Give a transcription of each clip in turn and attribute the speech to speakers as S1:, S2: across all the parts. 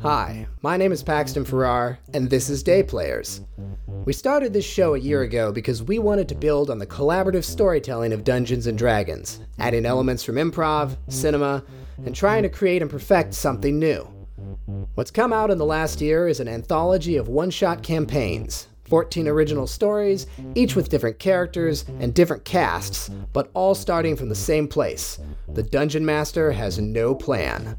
S1: Hi, my name is Paxton Farrar, and this is Day Players. We started this show a year ago because we wanted to build on the collaborative storytelling of Dungeons and Dragons, adding elements from improv, cinema, and trying to create and perfect something new. What's come out in the last year is an anthology of one shot campaigns 14 original stories, each with different characters and different casts, but all starting from the same place. The Dungeon Master has no plan.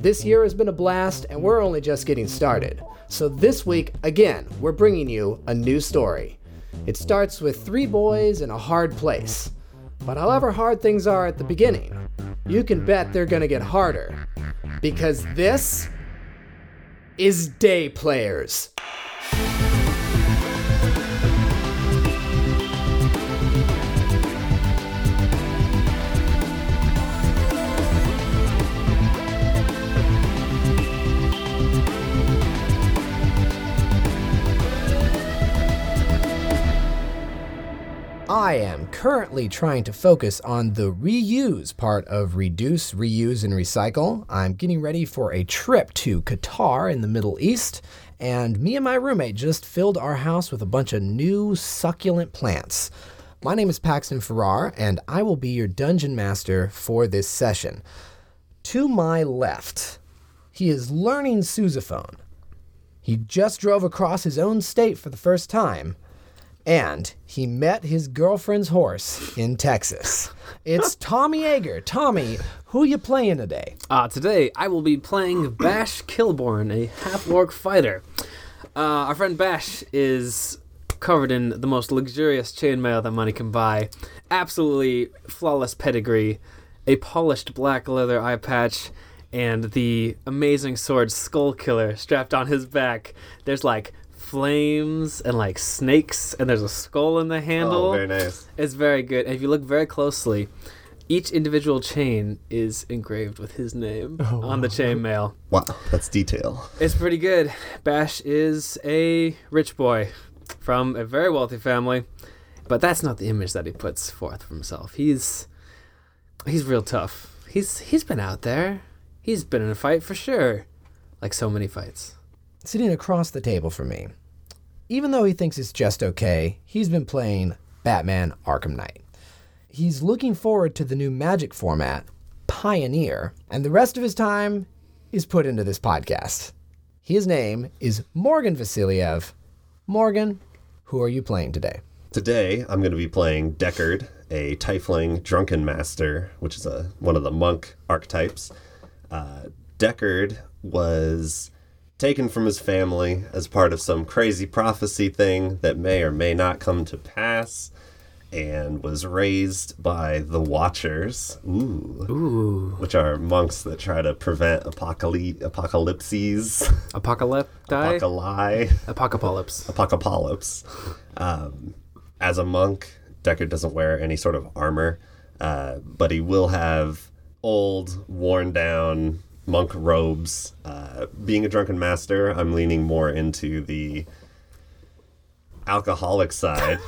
S1: This year has been a blast, and we're only just getting started. So, this week, again, we're bringing you a new story. It starts with three boys in a hard place. But however hard things are at the beginning, you can bet they're gonna get harder. Because this is Day Players. I am currently trying to focus on the reuse part of reduce, reuse, and recycle. I'm getting ready for a trip to Qatar in the Middle East, and me and my roommate just filled our house with a bunch of new succulent plants. My name is Paxton Farrar, and I will be your dungeon master for this session. To my left, he is learning sousaphone. He just drove across his own state for the first time, and he met his girlfriend's horse in Texas. It's Tommy Ager. Tommy, who you playing today?
S2: Uh, today, I will be playing Bash Kilborn, a half orc fighter. Uh, our friend Bash is covered in the most luxurious chainmail that money can buy, absolutely flawless pedigree, a polished black leather eye patch, and the amazing sword Skull Killer strapped on his back. There's like flames and like snakes, and there's a skull in the handle.
S3: Oh, very nice.
S2: It's very good. And if you look very closely, each individual chain is engraved with his name on the chainmail.
S3: Wow, that's detail.
S2: It's pretty good. Bash is a rich boy from a very wealthy family, but that's not the image that he puts forth for himself. He's he's real tough. He's he's been out there. He's been in a fight for sure. Like so many fights.
S1: Sitting across the table from me. Even though he thinks it's just okay, he's been playing Batman Arkham Knight. He's looking forward to the new magic format, Pioneer, and the rest of his time is put into this podcast. His name is Morgan Vasiliev. Morgan, who are you playing today?
S3: Today, I'm going to be playing Deckard, a Tiefling Drunken Master, which is a, one of the monk archetypes. Uh, Deckard was taken from his family as part of some crazy prophecy thing that may or may not come to pass, and was raised by the Watchers. Ooh. Which are monks that try to prevent apocalypse, apocalypses,
S2: Apocalypti?
S3: apocali.
S2: Apocalypse.
S3: Apocalypse. Um, as a monk, Deckard doesn't wear any sort of armor, uh, but he will have old, worn down monk robes. Uh, being a drunken master, I'm leaning more into the alcoholic side.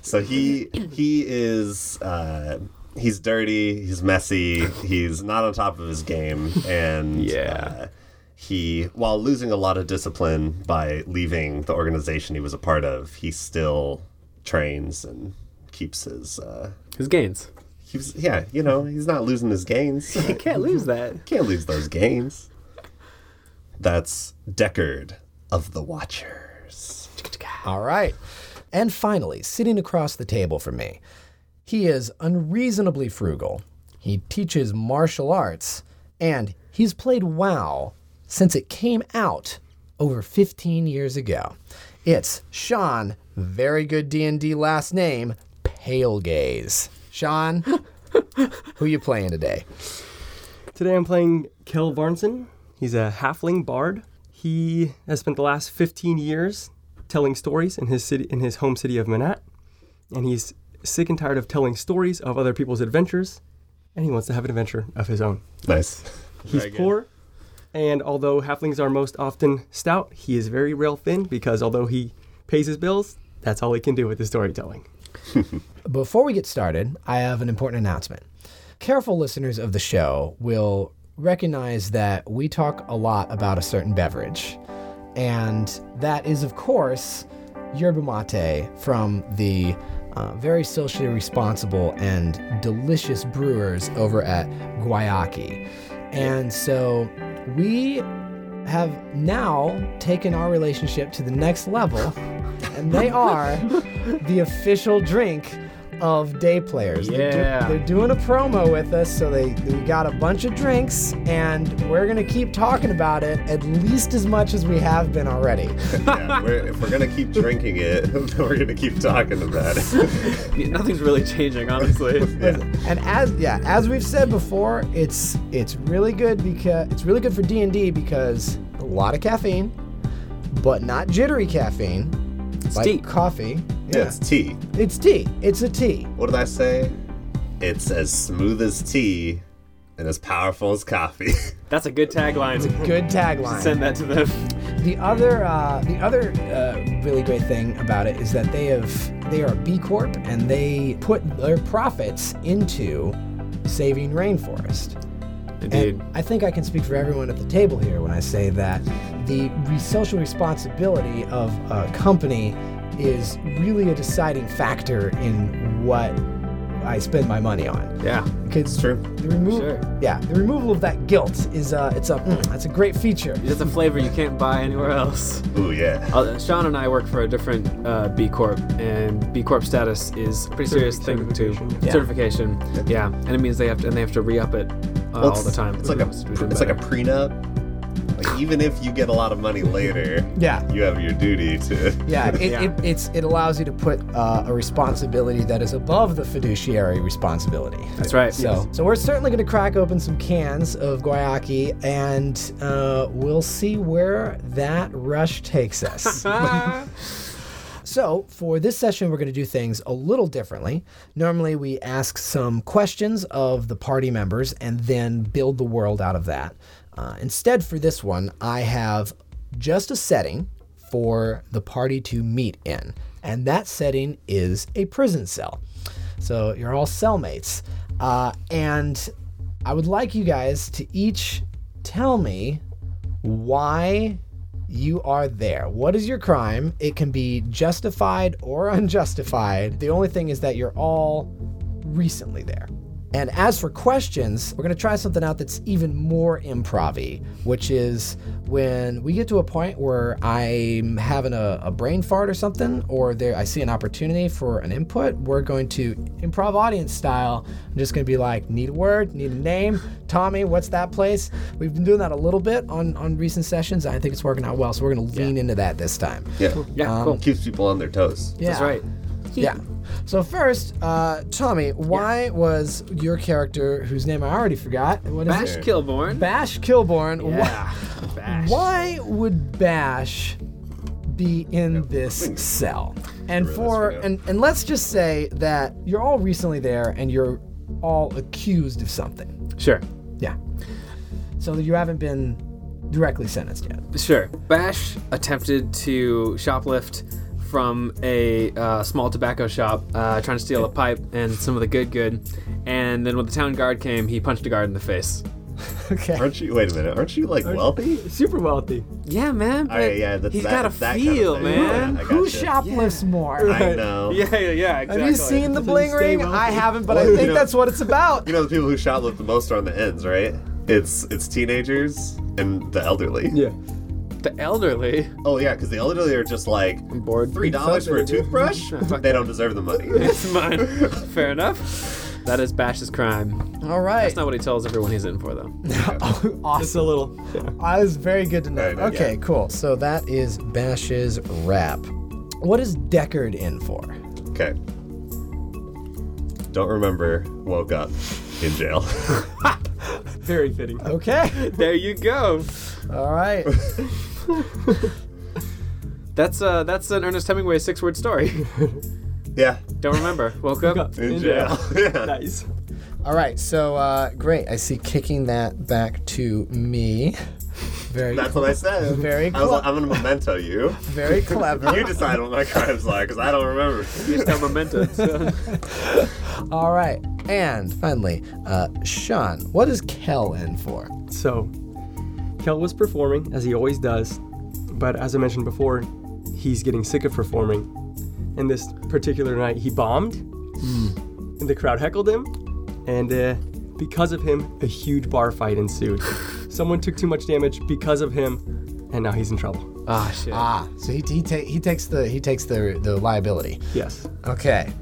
S3: so he he is uh, he's dirty, he's messy, he's not on top of his game, and
S2: Yeah.
S3: uh, he while losing a lot of discipline by leaving the organization he was a part of, he still trains and keeps his uh,
S2: His gains.
S3: keeps yeah you know he's not losing his gains.
S2: He can't lose that.
S3: Can't lose those gains. That's Deckard of the Watchers.
S1: All right. And finally, sitting across the table from me, he is unreasonably frugal. He teaches martial arts, and he's played WoW since it came out over 15 years ago. It's Sean, very good D&D last name, Pale Gaze. Sean, who you playing today?
S4: Today I'm playing Kel Varnson. He's a halfling bard. He has spent the last 15 years telling stories in his city, in his home city of Manat, and he's sick and tired of telling stories of other people's adventures, and he wants to have an adventure of his own.
S3: Nice.
S4: He's poor, and although halflings are most often stout, he is very rail thin because although he pays his bills, that's all he can do with his storytelling.
S1: Before we get started, I have an important announcement. Careful listeners of the show will recognize that we talk a lot about a certain beverage. And that is, of course, yerba mate from the uh, very socially responsible and delicious brewers over at Guayaki. And so we have now taken our relationship to the next level, and they are the official drink of day players. They're do-
S2: Yeah.
S1: they're doing a promo with us, so they we got a bunch of drinks, and we're gonna keep talking about it at least as much as we have been already.
S3: Yeah, we're, if we're gonna keep drinking it, then we're gonna keep talking about it.
S2: Yeah, nothing's really changing, honestly.
S1: and as yeah, as we've said before, it's it's really good because it's really good for D and D because a lot of caffeine, but not jittery caffeine, like
S2: tea.
S1: coffee.
S3: yeah, it's tea.
S1: It's tea. It's a tea.
S3: What did I say? It's as smooth as tea and as powerful as coffee.
S2: That's a good tagline.
S1: Good tagline.
S2: Hmm. Send that to them.
S1: The other, uh, the other uh, really great thing about it is that they have they are a B Corp and they put their profits into saving rainforest.
S2: Indeed.
S1: And I think I can speak for everyone at the table here when I say that the re- social responsibility of a company is really a deciding factor in what I spend my money on.
S2: Yeah.
S1: Because
S3: true.
S1: the removal,
S2: Sure.
S1: yeah, the removal of that guilt is uh, it's a mm, that's a great feature.
S2: It's a flavor you can't buy anywhere else.
S3: Ooh yeah.
S2: Uh, Sean and I work for a different uh, B Corp, and B Corp status is a pretty serious thing to
S4: Certification.
S2: certification. Yeah, and it means they have to and they have to re up it uh,
S3: Well,
S2: all
S3: it's-
S2: the time.
S3: It's like a
S2: It's
S3: it's like a prenup. Like even if you get a lot of money later,
S1: Yeah.
S3: you have your duty to.
S1: Yeah, it,
S2: Yeah.
S1: It, it's, it allows you to put uh, a responsibility that is above the fiduciary responsibility.
S2: That's right.
S1: So, so we're certainly going to crack open some cans of guayaki, and uh, we'll see where that rush takes us.
S2: Ah.
S1: so, for this session, we're going to do things a little differently. Normally, we ask some questions of the party members and then build the world out of that. Uh, instead, for this one, I have just a setting for the party to meet in, and that setting is a prison cell. So you're all cellmates. Uh, and I would like you guys to each tell me why you are there. What is your crime? It can be justified or unjustified. The only thing is that you're all recently there. And as for questions, we're going to try something out that's even more improv which is when we get to a point where I'm having a, a brain fart or something, or there I see an opportunity for an input, we're going to improv audience style. I'm just going to be like, need a word, need a name, Tommy, what's that place? We've been doing that a little bit on, on recent sessions. and I think it's working out well, so we're going to lean into that this time.
S3: Yeah.
S2: yeah, cool.
S3: Keeps people on their toes.
S1: Yeah.
S2: That's right.
S1: Yeah. So first, uh, Tommy, why was your character, whose name I already forgot, what is
S2: Bash
S1: it?
S2: Kilborn.
S1: Bash Kilborn? wh-
S2: yeah. Bash.
S1: Why, would Bash be in this cell? And for
S3: forgot.
S1: and and let's just say that you're all recently there and you're all accused of something.
S2: Sure.
S1: Yeah. So you haven't been directly sentenced yet.
S2: Sure. Bash attempted to shoplift from a uh, small tobacco shop, uh, trying to steal a pipe and some of the good good. And then when the town guard came, he punched a guard in the face.
S1: Okay.
S3: Aren't you? Wait a minute. Aren't you like wealthy?
S4: Super wealthy.
S2: Yeah, man.
S3: All right, yeah, that's
S2: he's
S3: that,
S2: got a
S3: it's that
S2: feel,
S3: kind of thing.
S2: man.
S3: Yeah, I
S1: Who
S3: gotcha.
S1: shoplifts more?
S3: I know.
S2: Yeah, yeah, yeah. Exactly.
S1: Have you seen the bling
S4: stay
S1: ring?
S4: wealthy.
S1: I haven't, but I
S3: Well, you
S1: think
S3: know-
S1: that's what it's about.
S3: You know the people who shoplift the most are on the ends, right? It's it's teenagers and the elderly.
S4: Yeah.
S2: the elderly?
S3: Oh yeah, because the elderly are just like
S2: bored.
S3: three dollars for a toothbrush. they don't deserve the money.
S2: It's mine. Fair enough. That is Bash's crime.
S1: All right.
S2: That's not what he tells everyone he's in for, though.
S4: Just a little. Yeah.
S1: I was very good to know.
S3: Very good,
S1: okay, cool. So that is Bash's wrap. What is Deckard in for?
S3: Okay. Don't remember. Woke up in jail.
S4: Very fitting.
S1: Okay.
S2: There you go.
S1: All right.
S2: That's uh, that's an Ernest Hemingway six-word story.
S3: yeah,
S2: Don't remember. Woke up.
S4: Got
S3: in jail. yeah.
S4: Nice.
S1: All right. So uh, great. I see kicking that back to me. Very,
S3: That's what I said.
S1: Very
S3: I was
S1: cool.
S3: like, I'm gonna memento you.
S1: very clever.
S3: You decide what my crimes are, because I don't remember.
S2: Just have momentum.
S1: All right. And finally, uh, Sean, what is Kel in for?
S4: So, Kel was performing as he always does, but as I mentioned before, he's getting sick of performing. And this particular night, he bombed, and the crowd heckled him, and uh, because of him, a huge bar fight ensued. Someone took too much damage because of him, and now he's in trouble.
S2: Ah, shit.
S1: Ah, so he he, ta- he takes the he takes the the liability.
S4: Yes.
S1: Okay.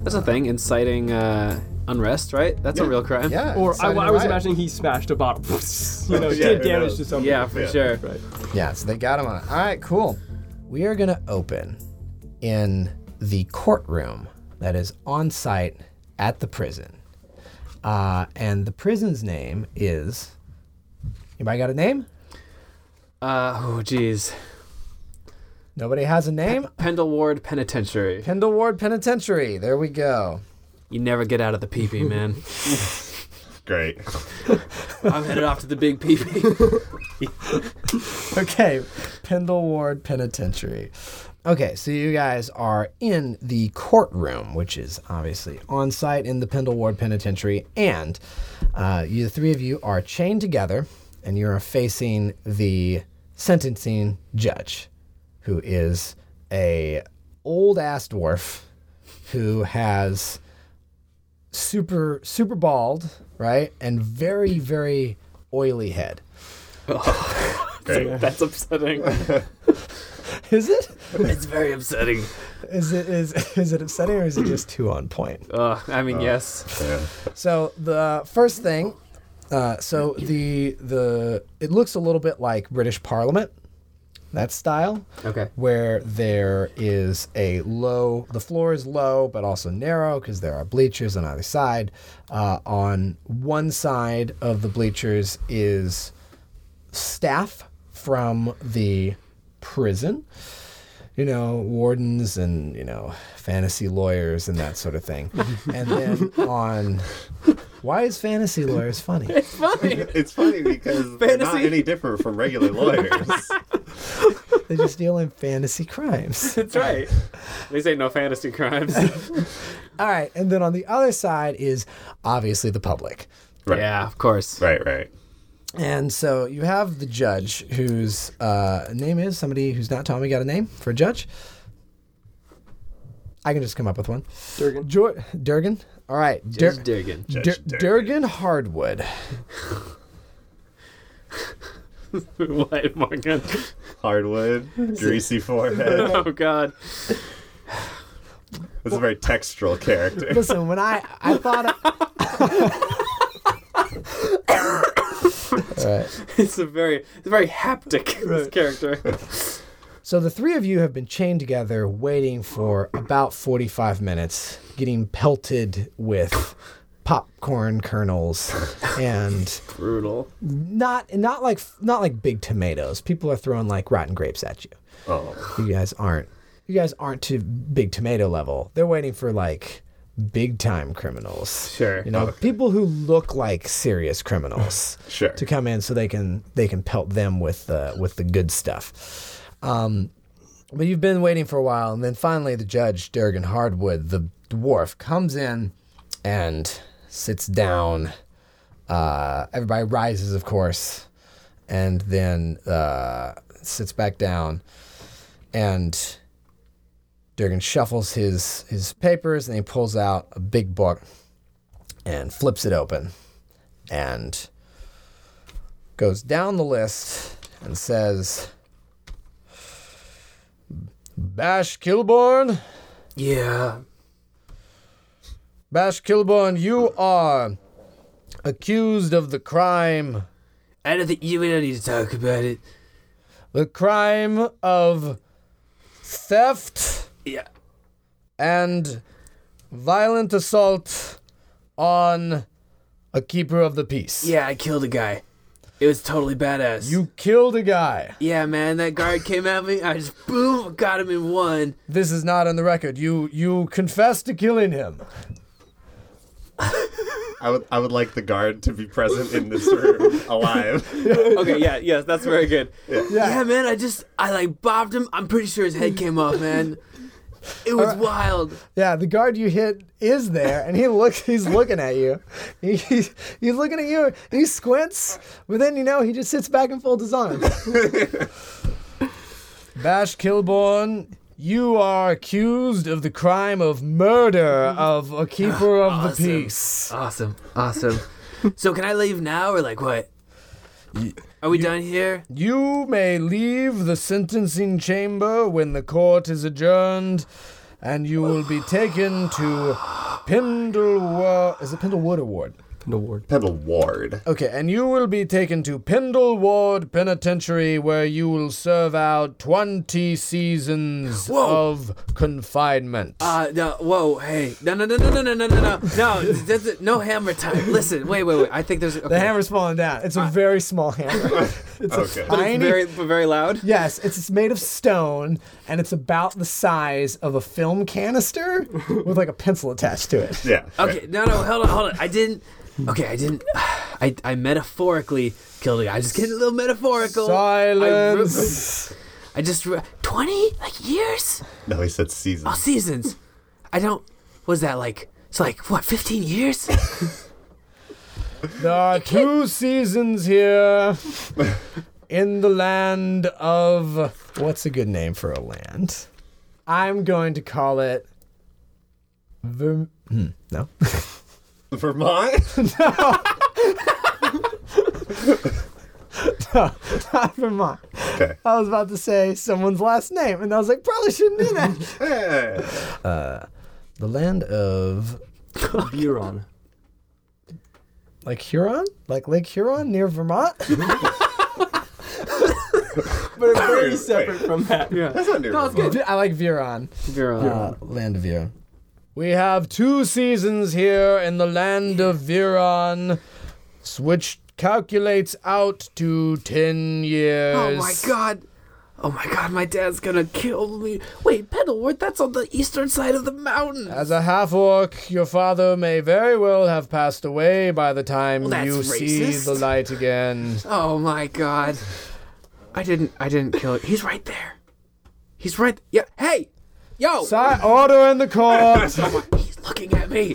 S2: That's a thing. Inciting uh, unrest, right? That's a real crime.
S1: Yeah.
S4: Or I,
S1: excited
S4: I was
S1: riot.
S4: imagining he smashed a bottle. you know,
S3: Yeah,
S4: did
S3: who
S4: damage
S3: knows?
S4: to something.
S2: Yeah, for
S3: Yeah.
S2: sure.
S4: Right.
S1: Yeah, so they got him on it. All right, cool. We are going to open in the courtroom that is on site at the prison. Uh, and the prison's name is. Anybody got a name?
S2: Uh, oh, geez.
S1: Nobody has a name?
S2: Pendle Ward Penitentiary.
S1: Kendall Ward Penitentiary. There we go.
S2: You never get out of the peepee, man.
S3: Great.
S2: I'm headed off to the big peepee.
S1: okay, Pendle Ward Penitentiary. Okay, so you guys are in the courtroom, which is obviously on site in the Pendle Ward Penitentiary, and uh, you, the three of you, are chained together, and you are facing the sentencing judge, who is a old ass dwarf who has super super bald, right, and very very oily head.
S3: Great.
S2: That's upsetting.
S1: Is it?
S2: It's very upsetting.
S1: Is it is is it upsetting or is it just too on point?
S2: Uh, I mean, yes.
S3: Yeah.
S1: So the first thing, uh, so the the it looks a little bit like British Parliament, that style,
S2: Okay.
S1: where there is a low, the floor is low but also narrow because there are bleachers on either side. Uh, on one side of the bleachers is staff from the prison. You know, wardens and, you know, fantasy lawyers and that sort of thing. and then on why is fantasy lawyers funny?
S3: It's funny because they're not
S2: Fantasy.
S3: any different from regular lawyers.
S1: They just deal in fantasy crimes.
S2: That's right. These ain't no fantasy crimes.
S1: All right. And then on the other side is obviously the public.
S3: Right.
S2: Yeah, of course.
S3: Right, right.
S1: And so you have the judge whose uh, name is somebody who's not Tommy got a name for a judge. I can just come up with one.
S4: Durgan.
S1: Jo- Durgan. All right. Dur-
S2: Just digging.
S1: Dur-
S3: Judge
S1: Durgan.
S3: Durgan.
S1: Hardwood.
S2: What, Morgan?
S3: Hardwood, greasy forehead.
S2: Oh, God.
S3: It's a very textural character.
S1: Listen, when I I thought I,
S2: It's a very, it's very haptic, this character.
S1: so, the three of you have been chained together, waiting for about forty-five minutes, getting pelted with popcorn kernels and
S2: Brutal.
S1: not not like not like big tomatoes. People are throwing like rotten grapes at you.
S3: Oh,
S1: You guys aren't you guys aren't to big tomato level. They're waiting for like big time criminals.
S2: Sure.
S1: You know, people who look like serious criminals.
S3: Sure.
S1: To come in so they can they can pelt them with the with the good stuff. Um, but you've been waiting for a while, and then finally the judge, Durgan Hardwood, the dwarf, comes in and sits down. Uh, everybody rises, of course, and then uh, sits back down. And Durgan shuffles his his papers, and he pulls out a big book and flips it open, and goes down the list and says. Bash Kilborn,
S2: Yeah.
S1: Bash Kilborn, you are accused of the crime,
S2: I don't think you we don't need to talk about it.
S1: the crime of theft
S2: Yeah.
S1: and violent assault on a keeper of the peace.
S2: Yeah, I killed a guy. It was totally badass.
S1: You killed a guy.
S2: Yeah, man, that guard came at me. I just boom, got him in one.
S1: This is not on the record. You you confessed to killing him.
S3: I would, I would like the guard to be present in this room, alive.
S2: Okay, yeah, yes, that's very good. Yeah. man, I just I like bobbed him. I'm pretty sure his head came off, man. It was wild.
S1: Yeah, the guard you hit is there, and he looks. He's looking at you. He, he's, he's looking at you. And he squints, but then you know he just sits back and folds his arms. Bash Kilborn, you are accused of the crime of murder of a keeper of
S2: Awesome.
S1: the peace.
S2: Awesome. Awesome. so can I leave now or like what? Are we done here?
S1: You may leave the sentencing chamber when the court is adjourned, and you will be taken to Pendlewood. Is it Pendlewood or Ward?
S4: An award.
S3: Pedal Ward.
S1: Okay, and you will be taken to Pendle Ward Penitentiary where you will serve out 20 seasons
S2: Whoa.
S1: of confinement.
S2: Uh, no, whoa, hey, no, no, no, no, no, no, no, no, no, no, that's it. no hammer time. Listen, wait, wait, wait. I think there's okay.
S1: the hammer's falling down. It's a very small hammer. it's
S3: Okay.
S1: a
S3: But
S1: tiny.
S2: very, very loud.
S1: Yes, it's, it's made of stone and it's about the size of a film canister with like a pencil attached to it.
S3: Yeah. right.
S2: Okay, no, no, hold on, hold on. I didn't. Okay, I didn't. I, I metaphorically killed a guy. I just getting a little metaphorical. I, ru-
S1: Silence.
S2: I just twenty like years,
S3: No, he said season.
S2: oh, seasons. I don't. Was that like? It's like what? Fifteen years?
S1: There are two seasons here in the land of. What's a good name for a land? I'm going to call it. Verm- hmm, no.
S3: Vermont.
S1: Not Vermont.
S3: okay.
S1: I was about to say someone's last name, and I was like, probably shouldn't do that.
S3: Hey.
S1: the land of.
S4: Buron.
S1: Like Huron? Like Lake Huron near Vermont?
S4: But very
S3: Wait.
S4: separate from that.
S3: That's not near Vermont.
S1: I like Viron.
S2: You're on.
S1: Uh, land of Viron. We have two seasons here in the land of Viron, s- which calculates out to ten
S2: Oh
S1: years.
S2: my god. Oh my god, my dad's gonna kill me. Wait, Pendleworth, that's on the eastern side of the mountain.
S1: As a half orc, your father may very well have passed away by the time
S2: Well, that's
S1: you see
S2: racist.
S1: the light again.
S2: Oh my god. I didn't I didn't kill it. He's right there. He's right Yeah, hey. Yo.
S1: Si- order in the court.
S2: He's looking at me.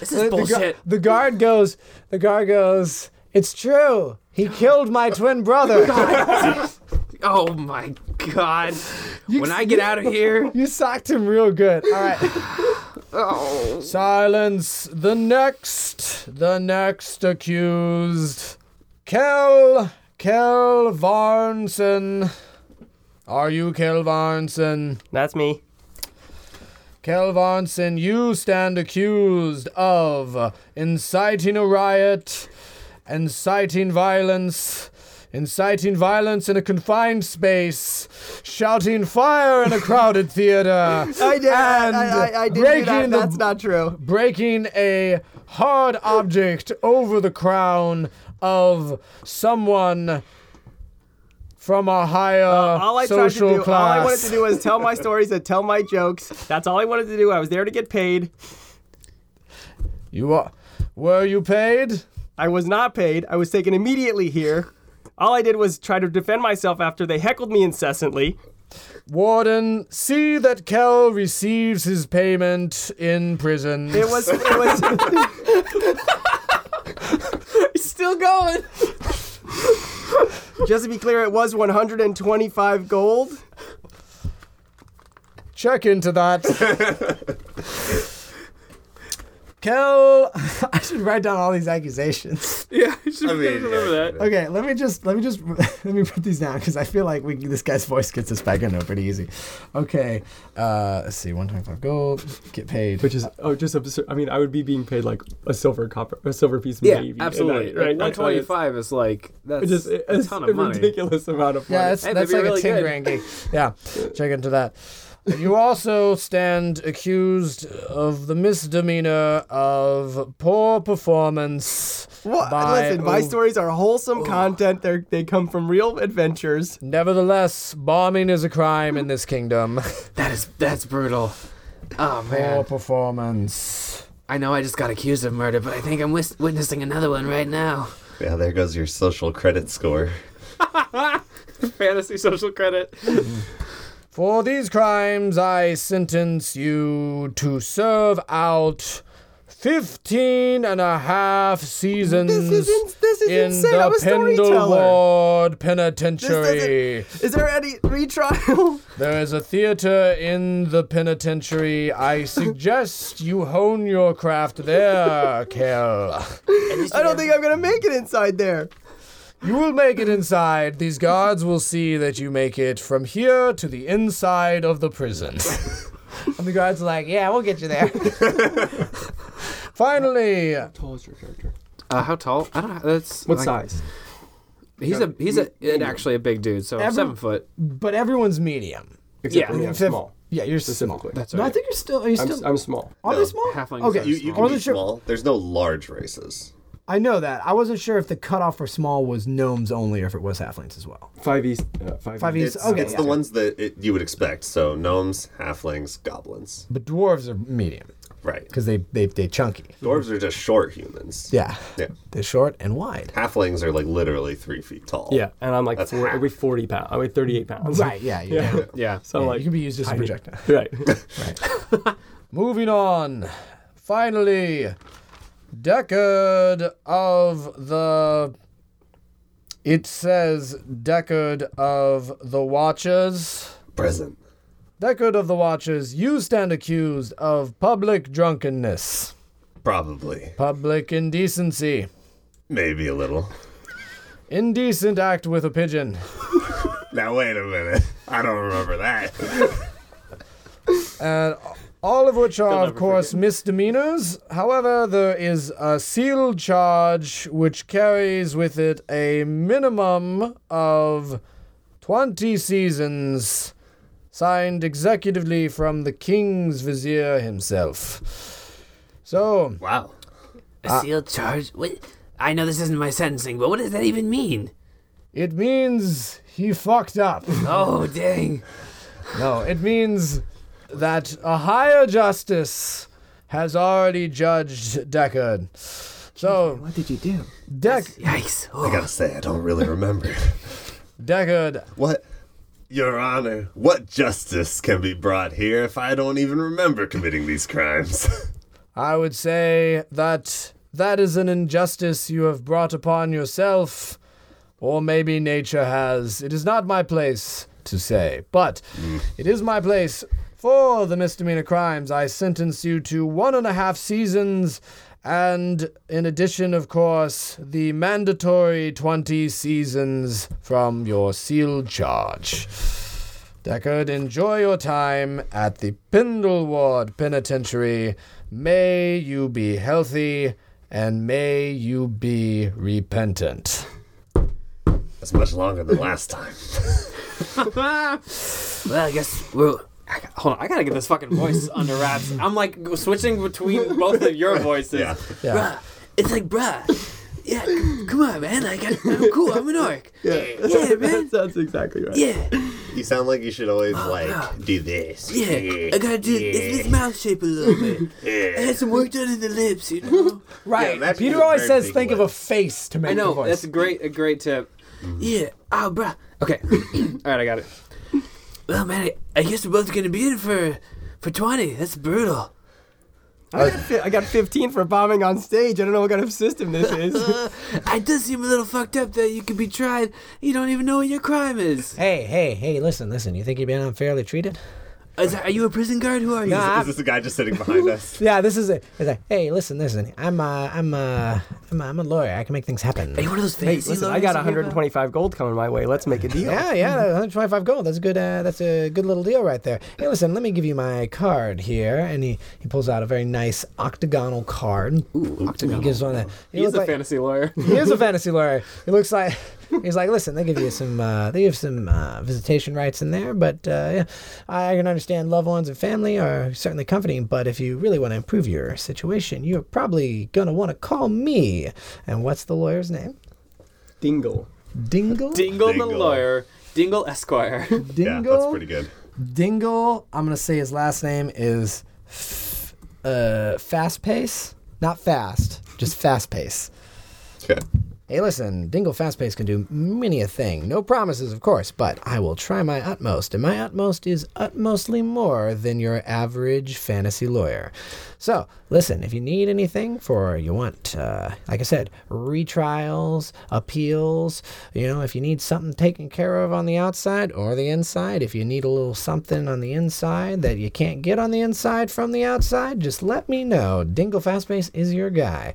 S2: This
S1: the,
S2: is
S1: the gu-
S2: bullshit.
S1: the guard goes. The guard goes. It's true. He killed my twin brother.
S2: Oh my god. when I get out of here,
S1: you socked him real good. All right.
S2: oh.
S1: Silence the next, the next accused. Kel, Kel Varnson. Are you Kel Varnson?
S4: That's me.
S1: Kel Varnson, you stand accused of inciting a riot, inciting violence, inciting violence in a confined space, shouting fire in a crowded theater.
S5: I did.
S1: And
S5: I, I, I did do
S1: breaking
S5: that.
S1: the-
S5: That's not true.
S1: breaking a hard object over the crown of someone from a higher
S4: All I tried to
S1: social
S4: do,
S1: class.
S4: all I wanted to do
S5: was tell my stories and tell my jokes.
S4: That's all I wanted to do. I was there to get paid.
S1: You are, were you paid?
S4: I was not paid. I was taken immediately here. All I did was try to defend myself after they heckled me incessantly.
S1: Warden, see that Kel receives his payment in prison.
S4: It was it was
S2: Still going.
S4: just to be clear, it was 125 gold.
S1: Check into that. Kel, I should write down all these accusations.
S2: Yeah, I should
S3: I mean,
S2: remember
S3: yeah.
S2: that.
S1: Okay, let me just let me just let me put these down because I feel like we this guy's voice gets us back in there pretty easy. Okay, uh, let's see, one twenty five gold, get paid.
S4: Which is oh, just absurd. I mean, I would be being paid like a silver copper, a silver piece,
S2: Yeah,
S4: maybe.
S2: absolutely.
S4: and I- Right,
S2: One twenty-five is like that's
S4: It's just
S2: a
S4: it's
S2: ton
S4: a
S2: of money.
S4: ridiculous amount of money.
S1: yeah, that's,
S2: Hey,
S1: that's
S2: that'd be
S1: like a ten
S2: really good.
S1: grand gig. Yeah, check into that. You also stand accused of the misdemeanor of poor performance.
S5: What?
S1: by-
S5: Listen, my
S1: oh,
S5: stories are wholesome content.
S4: content. They they come from real adventures.
S1: Nevertheless, bombing is a crime in this kingdom.
S2: That is that's brutal. Oh man.
S1: poor performance.
S2: I know I just got accused of murder, but I think I'm wis- witnessing another one right now.
S3: Yeah, there goes your social credit score.
S2: Fantasy social credit.
S1: For these crimes, I sentence you to serve out 15 and a half seasons
S5: ins- this is
S1: in
S5: insane.
S1: the
S5: I'm a storyteller.
S1: Pendleward
S5: This
S1: Penitentiary.
S5: doesn't- Is there any retrial?
S1: There is a theater in the penitentiary. I suggest you hone your craft there, Kel.
S5: I don't think I'm gonna make it inside there.
S1: You will make it inside. These guards will see that you make it from here to the inside of the prison. and the guards are like, yeah, we'll get you there. Finally,
S4: tall is your character?
S2: Uh, how tall? I don't know. That's
S4: What
S2: like-
S4: size?
S2: He's a he's a an actually a big dude, so
S1: Every-
S2: seven foot.
S1: but everyone's medium.
S2: Yeah.
S4: Except for me, I'm
S1: Except-
S4: small.
S1: Yeah, you're small.
S4: Specifically.
S2: That's
S1: No, I
S2: right.
S1: think you're still. Are you
S4: I'm,
S1: still?
S4: I'm small.
S1: are
S3: No.
S1: they small?
S2: Halflings
S1: okay,
S2: are
S3: You, you
S2: I
S3: can be
S1: wasn't sure.
S3: small. There's no large races.
S1: I know that. I wasn't sure if the cutoff for small was gnomes only, or if it was halflings as well.
S4: Five East. Uh, five,
S1: Five E's.
S4: East.
S3: It's,
S1: okay,
S3: it's
S1: yeah.
S3: the ones that it, you would expect. So gnomes, halflings, goblins.
S1: but dwarves are medium
S3: Right.
S1: because they they they chunky.
S3: Dwarves are just short humans.
S1: Yeah,
S3: Yeah.
S1: they're short and wide.
S3: Halflings are like literally three feet tall.
S4: Yeah, and I'm like
S3: That's
S4: four, I
S3: half.
S4: weigh 40 pounds. I weigh 38 pounds.
S1: Right. Yeah. Yeah.
S4: Yeah.
S2: yeah.
S4: So I'm
S1: Yeah,
S4: like,
S1: you can be used as a
S4: tiny.
S1: projectile.
S4: Right.
S1: Moving on. Finally, Deckard of the. It says Deckard of the Watchers.
S3: Present.
S1: Deckard of the Watchers, you stand accused of public drunkenness,
S3: Probably.
S1: public indecency,
S3: Maybe a little.
S1: indecent act with a pigeon,
S3: Now wait a minute. I don't remember that.
S1: and all of which are, of
S2: never
S1: course, misdemeanors. However, there is a sealed charge which carries with it a minimum of 20 seasons, signed executively from the King's Vizier himself. So,
S3: wow.
S2: A sealed charge. Wait, I know this isn't my sentencing, but what does that even mean?
S1: it means he fucked up.
S2: Oh dang!
S1: No, it means that a higher justice has already judged Deckard. So
S5: What did you do?
S1: Deck
S2: Yikes! Oh.
S3: I gotta say, I don't really remember.
S1: Deckard,
S3: What? Your Honor, what justice can be brought here if I don't even remember committing these crimes?
S1: I would say that that is an injustice you have brought upon yourself, or maybe nature has. It is not my place to say, but it is my place. For the misdemeanor crimes, I sentence you to one and a half seasons, and in addition, of course, the mandatory 20 seasons from your sealed charge. Deckard, enjoy your time at the Pendleward Penitentiary. May you be healthy and may you be repentant.
S3: That's much longer than last time.
S2: well, I guess we're. I, got- hold on, I gotta get this fucking voice under wraps. I'm like g- switching between both of your voices.
S3: Yeah.
S1: Yeah.
S2: It's like, bruh. Yeah, c- come on, man. I got, I'm cool. I'm an orc. Yeah, man.
S4: That's exactly right.
S2: Yeah,
S3: You sound like you should always, like, do this.
S2: yeah. I gotta do it's this mouth shape a little bit. I had some work done in the lips, you know.
S1: Right.
S3: imagine
S1: Peter
S3: the
S1: always
S3: very
S1: says
S3: big
S1: think of a
S3: lips.
S1: face to make
S2: I know.
S1: the voice.
S2: That's a great, a great tip. Yeah. Oh, bruh. Okay. All right, I got it. Well, man, I, I guess we're both gonna be in for, for twenty. That's brutal.
S4: I, got fi- I got 15 for bombing on stage. I don't know what kind of system this is.
S2: Uh, I does seem a little fucked up that you could be tried. You don't even know what your crime is.
S1: Hey, hey, hey, listen, listen. You think you've been unfairly treated?
S2: Is- are you a prison guard? Who are you?
S1: Nah.
S3: Is this the guy just sitting behind us?
S1: Yeah, this is it. It's like, hey, listen, listen. I'm uh, I'm uh, I'm, I'm a lawyer. I can make things happen.
S2: Are you one of those
S4: Hey,
S2: fancy
S4: listen, I
S2: lawyers
S4: got
S2: you uh, hear about?
S4: 125 gold coming my way. Let's make a deal.
S1: Yeah, yeah, 125 gold. That's a good. Uh, that's a good little deal right there. Hey, listen, let me give you my card here, and he, he pulls out a very nice octagonal card. Ooh, octagonal. He gives one. Of, he looks like,
S2: fantasy lawyer.
S1: He is a fantasy lawyer. He looks like. He's like, listen, they give you some, uh, they give some uh, visitation rights in there, but uh, yeah, I can understand loved ones and family are certainly comforting. But if you really want to improve your situation, you're probably gonna want to call me. And what's the lawyer's name?
S4: Dingle.
S1: Dingle.
S2: Dingle,
S3: the Dingle. lawyer,
S2: Dingle Esquire.
S3: Yeah,
S1: Dingle.
S3: that's pretty good.
S1: Dingle, I'm gonna say his last name is f- uh, Fast Pace, not fast, just Fast Pace.
S3: Okay.
S1: Hey, listen, Dingle Fastpace can do many a thing. No promises, of course, but I will try my utmost, and my utmost is utmostly more than your average fantasy lawyer. So, listen, if you need anything for you want, uh, like I said, retrials, appeals, you know, if you need something taken care of on the outside or the inside, if you need a little something on the inside that you can't get on the inside from the outside, just let me know. Dingle Fastpace is your guy.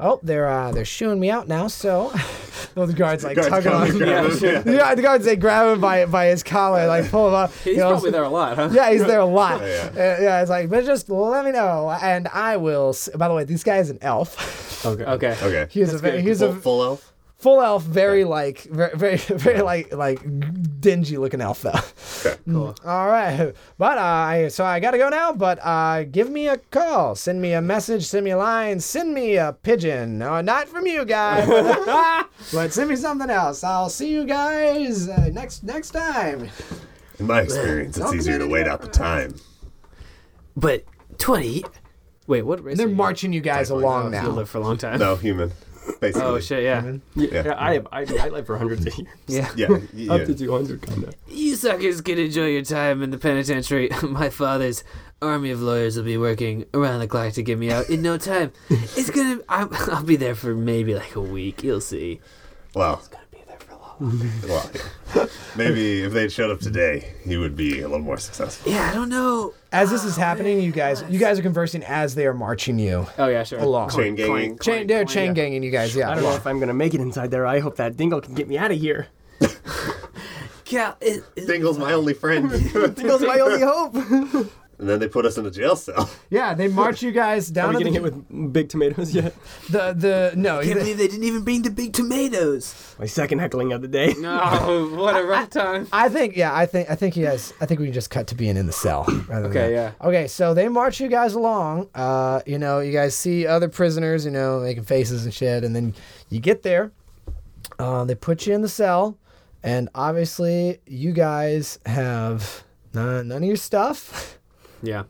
S1: Oh, they're uh, they're shooing me out now. So those guards like tug
S3: come
S1: on.
S3: and grab us, yeah.
S1: Yeah, the guards they grab him by by his collar, like pull him up.
S2: He's
S1: you know,
S2: probably there a lot, huh?
S1: yeah, he's there a lot.
S3: Yeah,
S1: Yeah, yeah it's like, but just let me know, and I will. s By the way, this guy is an elf.
S2: Okay. Okay.
S3: Okay.
S1: He is a very, he's
S3: full,
S1: a
S3: full elf.
S1: full elf, very like very very, very like like dingy looking elf though.
S3: Mm.
S2: Cool.
S1: All right, but uh, I so I gotta go now. But uh, give me a call, send me a message, send me a line, send me a pigeon. Uh, not from you guys, but, but send me something else. I'll see you guys uh, next next time.
S3: In my experience, it's
S1: Don't
S3: easier to
S1: commit
S3: wait
S1: any-
S3: out the time.
S2: But twenty. Wait, what race?
S1: They're
S2: are you?
S1: marching you guys along
S2: You'll
S1: now.
S2: live for a long time.
S3: No human. Basically.
S2: Oh shit! Yeah.
S3: Yeah.
S4: Yeah, I, have, I, I live for hundreds of years.
S2: Yeah.
S3: Yeah. y- yeah.
S4: Up to 200, kind of.
S2: You suckers can enjoy your time in the penitentiary. My father's army of lawyers will be working around the clock to get me out in no time. It's gonna. I'm, I'll be there for maybe like a week. You'll see.
S3: Well. well, yeah. Maybe if they'd showed up today, he would be a little more successful.
S2: Yeah, I don't know.
S1: As this is happening, you guys you guys are conversing as they are marching you
S2: Oh yeah, sure.
S1: along.
S3: Chain ganging.
S1: Chain, they're chain ganging you guys. Yeah.
S4: I don't know if I'm going to make it inside there. I hope that dingle can get me out of here.
S2: Cal, it, it-
S3: Dingle's my only friend.
S5: Dingle's my only hope.
S3: and then they put us in a jail cell.
S1: Yeah, they march you guys
S4: Are
S1: down
S4: we
S1: to
S4: getting hit
S1: the,
S4: with big tomatoes yet?
S1: the the no.
S2: can't
S1: the-
S2: believe they didn't even bring the big tomatoes.
S4: My second heckling of the day.
S2: No, what a rough time.
S1: I think yeah, I think I think he has. I think we can just cut to being in the cell. rather than
S2: Okay,
S1: that. Okay, so they march you guys along. Uh, you know, you guys see other prisoners, you know, making faces and shit, and then you get there. Uh, they put you in the cell, and obviously you guys have none, none of your stuff,
S2: Yeah,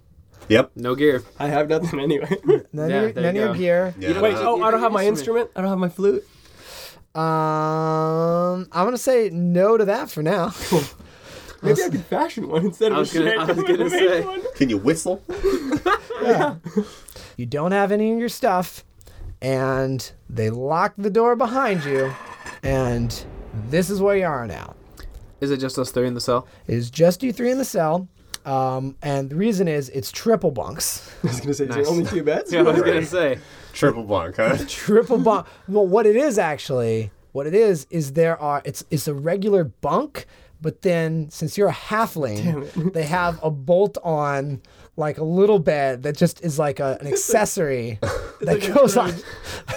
S3: Yep.
S2: no gear.
S4: I have nothing anyway.
S1: none
S2: Yeah,
S1: of your,
S2: there
S1: none
S2: you
S1: of your
S2: go.
S1: gear.
S3: Yeah.
S2: don't
S4: Wait,
S2: Uh,
S4: oh, I don't have my
S2: instrument.
S4: instrument? I don't have my flute?
S1: Um, I'm gonna say no to that for now.
S4: Maybe I could fashion one instead of
S2: I was
S4: a
S2: gonna-
S4: shit.
S2: I was gonna
S4: Make
S2: say.
S4: one.
S3: Can you whistle?
S1: You don't have any of your stuff, and they lock the door behind you, and this is where you are now.
S2: Is it just us three in the cell?
S1: It is just you three in the cell, um, and the reason is it's triple bunks.
S4: I was going to say,
S2: Nice.
S4: is there only two beds?
S2: Yeah, I was gonna say.
S3: Triple blanc, huh?
S1: triple bunk. Well, what it is actually, what it is, is there are it's it's a regular bunk, but then since you're a halfling, they have a bolt on like a little bed that just is like a, an accessory that goes on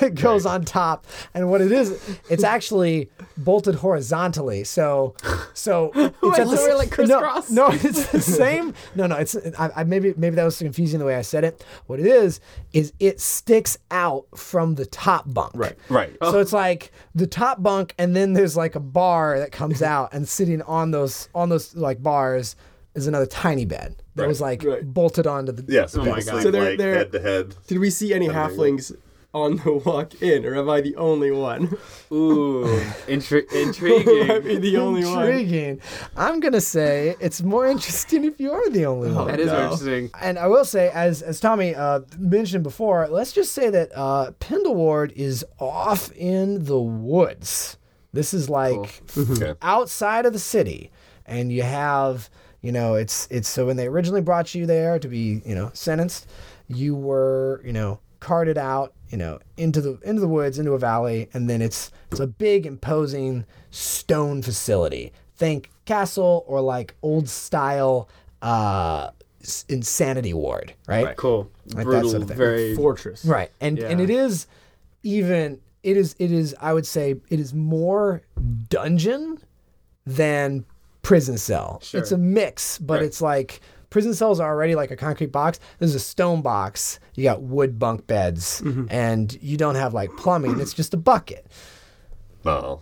S1: that goes on top. And what it is, it's actually bolted horizontally. So so it's at the,
S2: so we're like
S1: no,
S2: crisscross?
S1: no, it's the same. No, no, it's I, I, maybe maybe that was confusing the way I said it. What it is is it sticks out from the top bunk. Right.
S3: Right.
S1: So it's like the top bunk, and then there's like a bar that comes out, and sitting on those on those like bars is another tiny bed that was like
S4: Right.
S1: bolted onto the.
S3: Yeah, so
S2: Oh
S3: people
S2: my God.
S3: sleep
S4: So they're-
S3: like
S4: they're-
S3: head to head.
S4: Did we see any halflings on the walk in, or am I the only one?
S2: Ooh, intri-
S4: Might
S2: intriguing.
S4: be the only one.
S1: Intriguing. I'm gonna say it's more interesting if you are the only
S4: Oh,
S1: one.
S2: That is
S3: No.
S2: interesting.
S1: and I will say, as as Tommy uh, mentioned before, let's just say that uh, Pendleward is off in the woods. This is like
S3: Okay.
S1: outside of the city, and you have you know it's it's so when they originally brought you there to be you know sentenced, you were you know carted out you know into the into the woods into a valley, and then it's it's a big imposing stone facility. Think castle or like old style uh, s- insanity ward, right?
S2: Cool.
S1: that
S2: Brutal.
S1: sort of thing.
S2: very.
S4: Fortress.
S1: Right. And and
S2: Yeah.
S1: it is even it is it is I would say it is more dungeon than prison cell. It's a mix, but it's like prison cells are already like a concrete box. This is a stone box. You got wood bunk beds and you don't have like plumbing. It's just a bucket.
S3: Oh.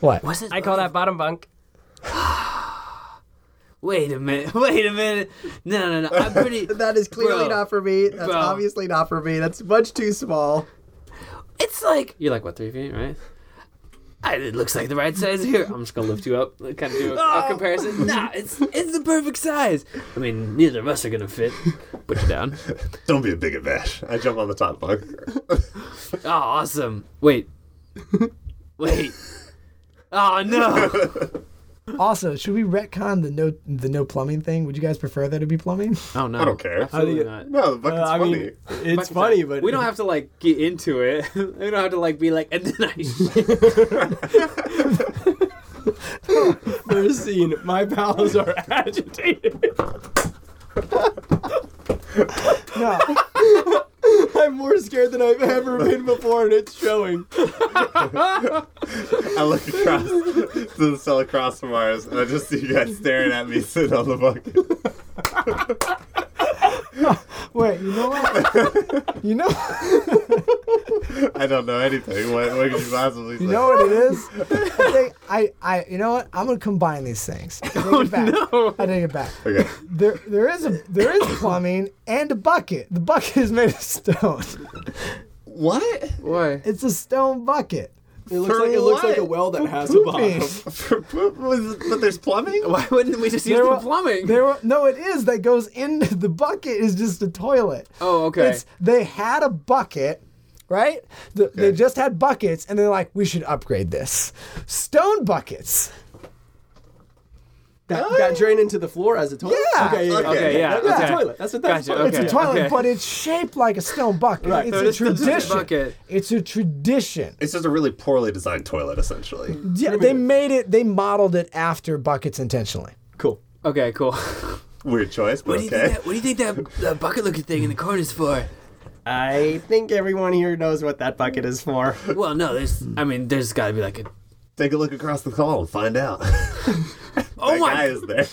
S1: What?
S2: Wasn't
S4: I call that bottom bunk.
S2: Wait a minute. Wait a minute. No, no, no. I'm pretty.
S5: That is clearly
S2: Bro.
S5: not for me. That's
S2: Bro.
S5: obviously not for me. That's much too small.
S2: It's like you're like what three feet, right? I, it looks like the right size here. I'm just gonna lift you up, like, kind of do a,
S4: Oh.
S2: a comparison. Nah, it's it's the perfect size. I mean, neither of us are gonna fit. Put you down.
S3: Don't be a bigot, Bash. I jump on the top bunk.
S2: Oh, awesome. Wait, wait. Oh no.
S1: Also, should we retcon the no the no plumbing thing? Would you guys prefer that to be plumbing?
S2: Oh no.
S3: I don't care.
S2: Absolutely
S4: think-
S2: not.
S3: no, the
S4: Uh,
S3: bucket's
S4: I
S3: funny.
S4: mean, it's funny, but
S2: we don't have to like get into it. we don't have to like be like, and then I shit.
S4: first scene. My bowels are agitated.
S1: No.
S4: I'm more scared than I've ever been before, and it's showing.
S3: I look across to the cell across from ours, and I just see you guys staring at me sitting on the bucket.
S1: Wait, you know what? You know
S3: I don't know anything. What, what could you possibly say?
S1: you know what it is? I think I, I you know what? I'm gonna combine these things. I take
S2: Oh,
S1: it back. I take it back.
S3: Okay.
S1: There there is a there is plumbing and a bucket. The bucket is made of stone.
S3: What?
S2: Why?
S1: It's a stone bucket.
S4: It looks
S3: For
S4: like it looks like a
S3: what?
S4: well that has a
S1: Pooping.
S4: bottom.
S3: but there's plumbing?
S2: Why wouldn't we just use
S1: There
S2: the
S1: wa-
S2: plumbing?
S1: There were, no, it is that goes in the bucket is just a toilet.
S2: Oh, okay.
S1: It's they had a bucket, right? The, They
S3: Okay.
S1: just had buckets, and they're like, we should upgrade this. Stone buckets.
S4: That, that drain into the floor as a toilet.
S1: Yeah.
S4: Okay, yeah, yeah.
S3: Okay,
S4: okay.
S2: yeah,
S4: That- That's
S2: okay.
S4: a toilet. That's what that's.
S2: Gotcha,
S4: what-
S1: It's
S2: okay.
S1: a toilet,
S2: okay.
S1: but it's shaped like a stone bucket.
S4: Right.
S1: It's
S4: So
S1: a
S2: it's just a
S1: tradition.
S2: bucket.
S1: It's a tradition.
S3: It's just a really poorly designed toilet, essentially.
S2: Hmm.
S1: Yeah, they made it. They modeled it after buckets intentionally.
S4: Cool.
S2: Okay, cool.
S3: Weird choice, but
S2: What do you think
S3: okay.
S2: that, what do you think that, that bucket looking thing in the corner's for?
S4: I think everyone here knows what that bucket is for.
S2: Well, no, there's. I mean, there's got to be like a.
S3: Take a look across the hall and find out.
S2: Oh
S3: that
S2: my!
S3: guy is there.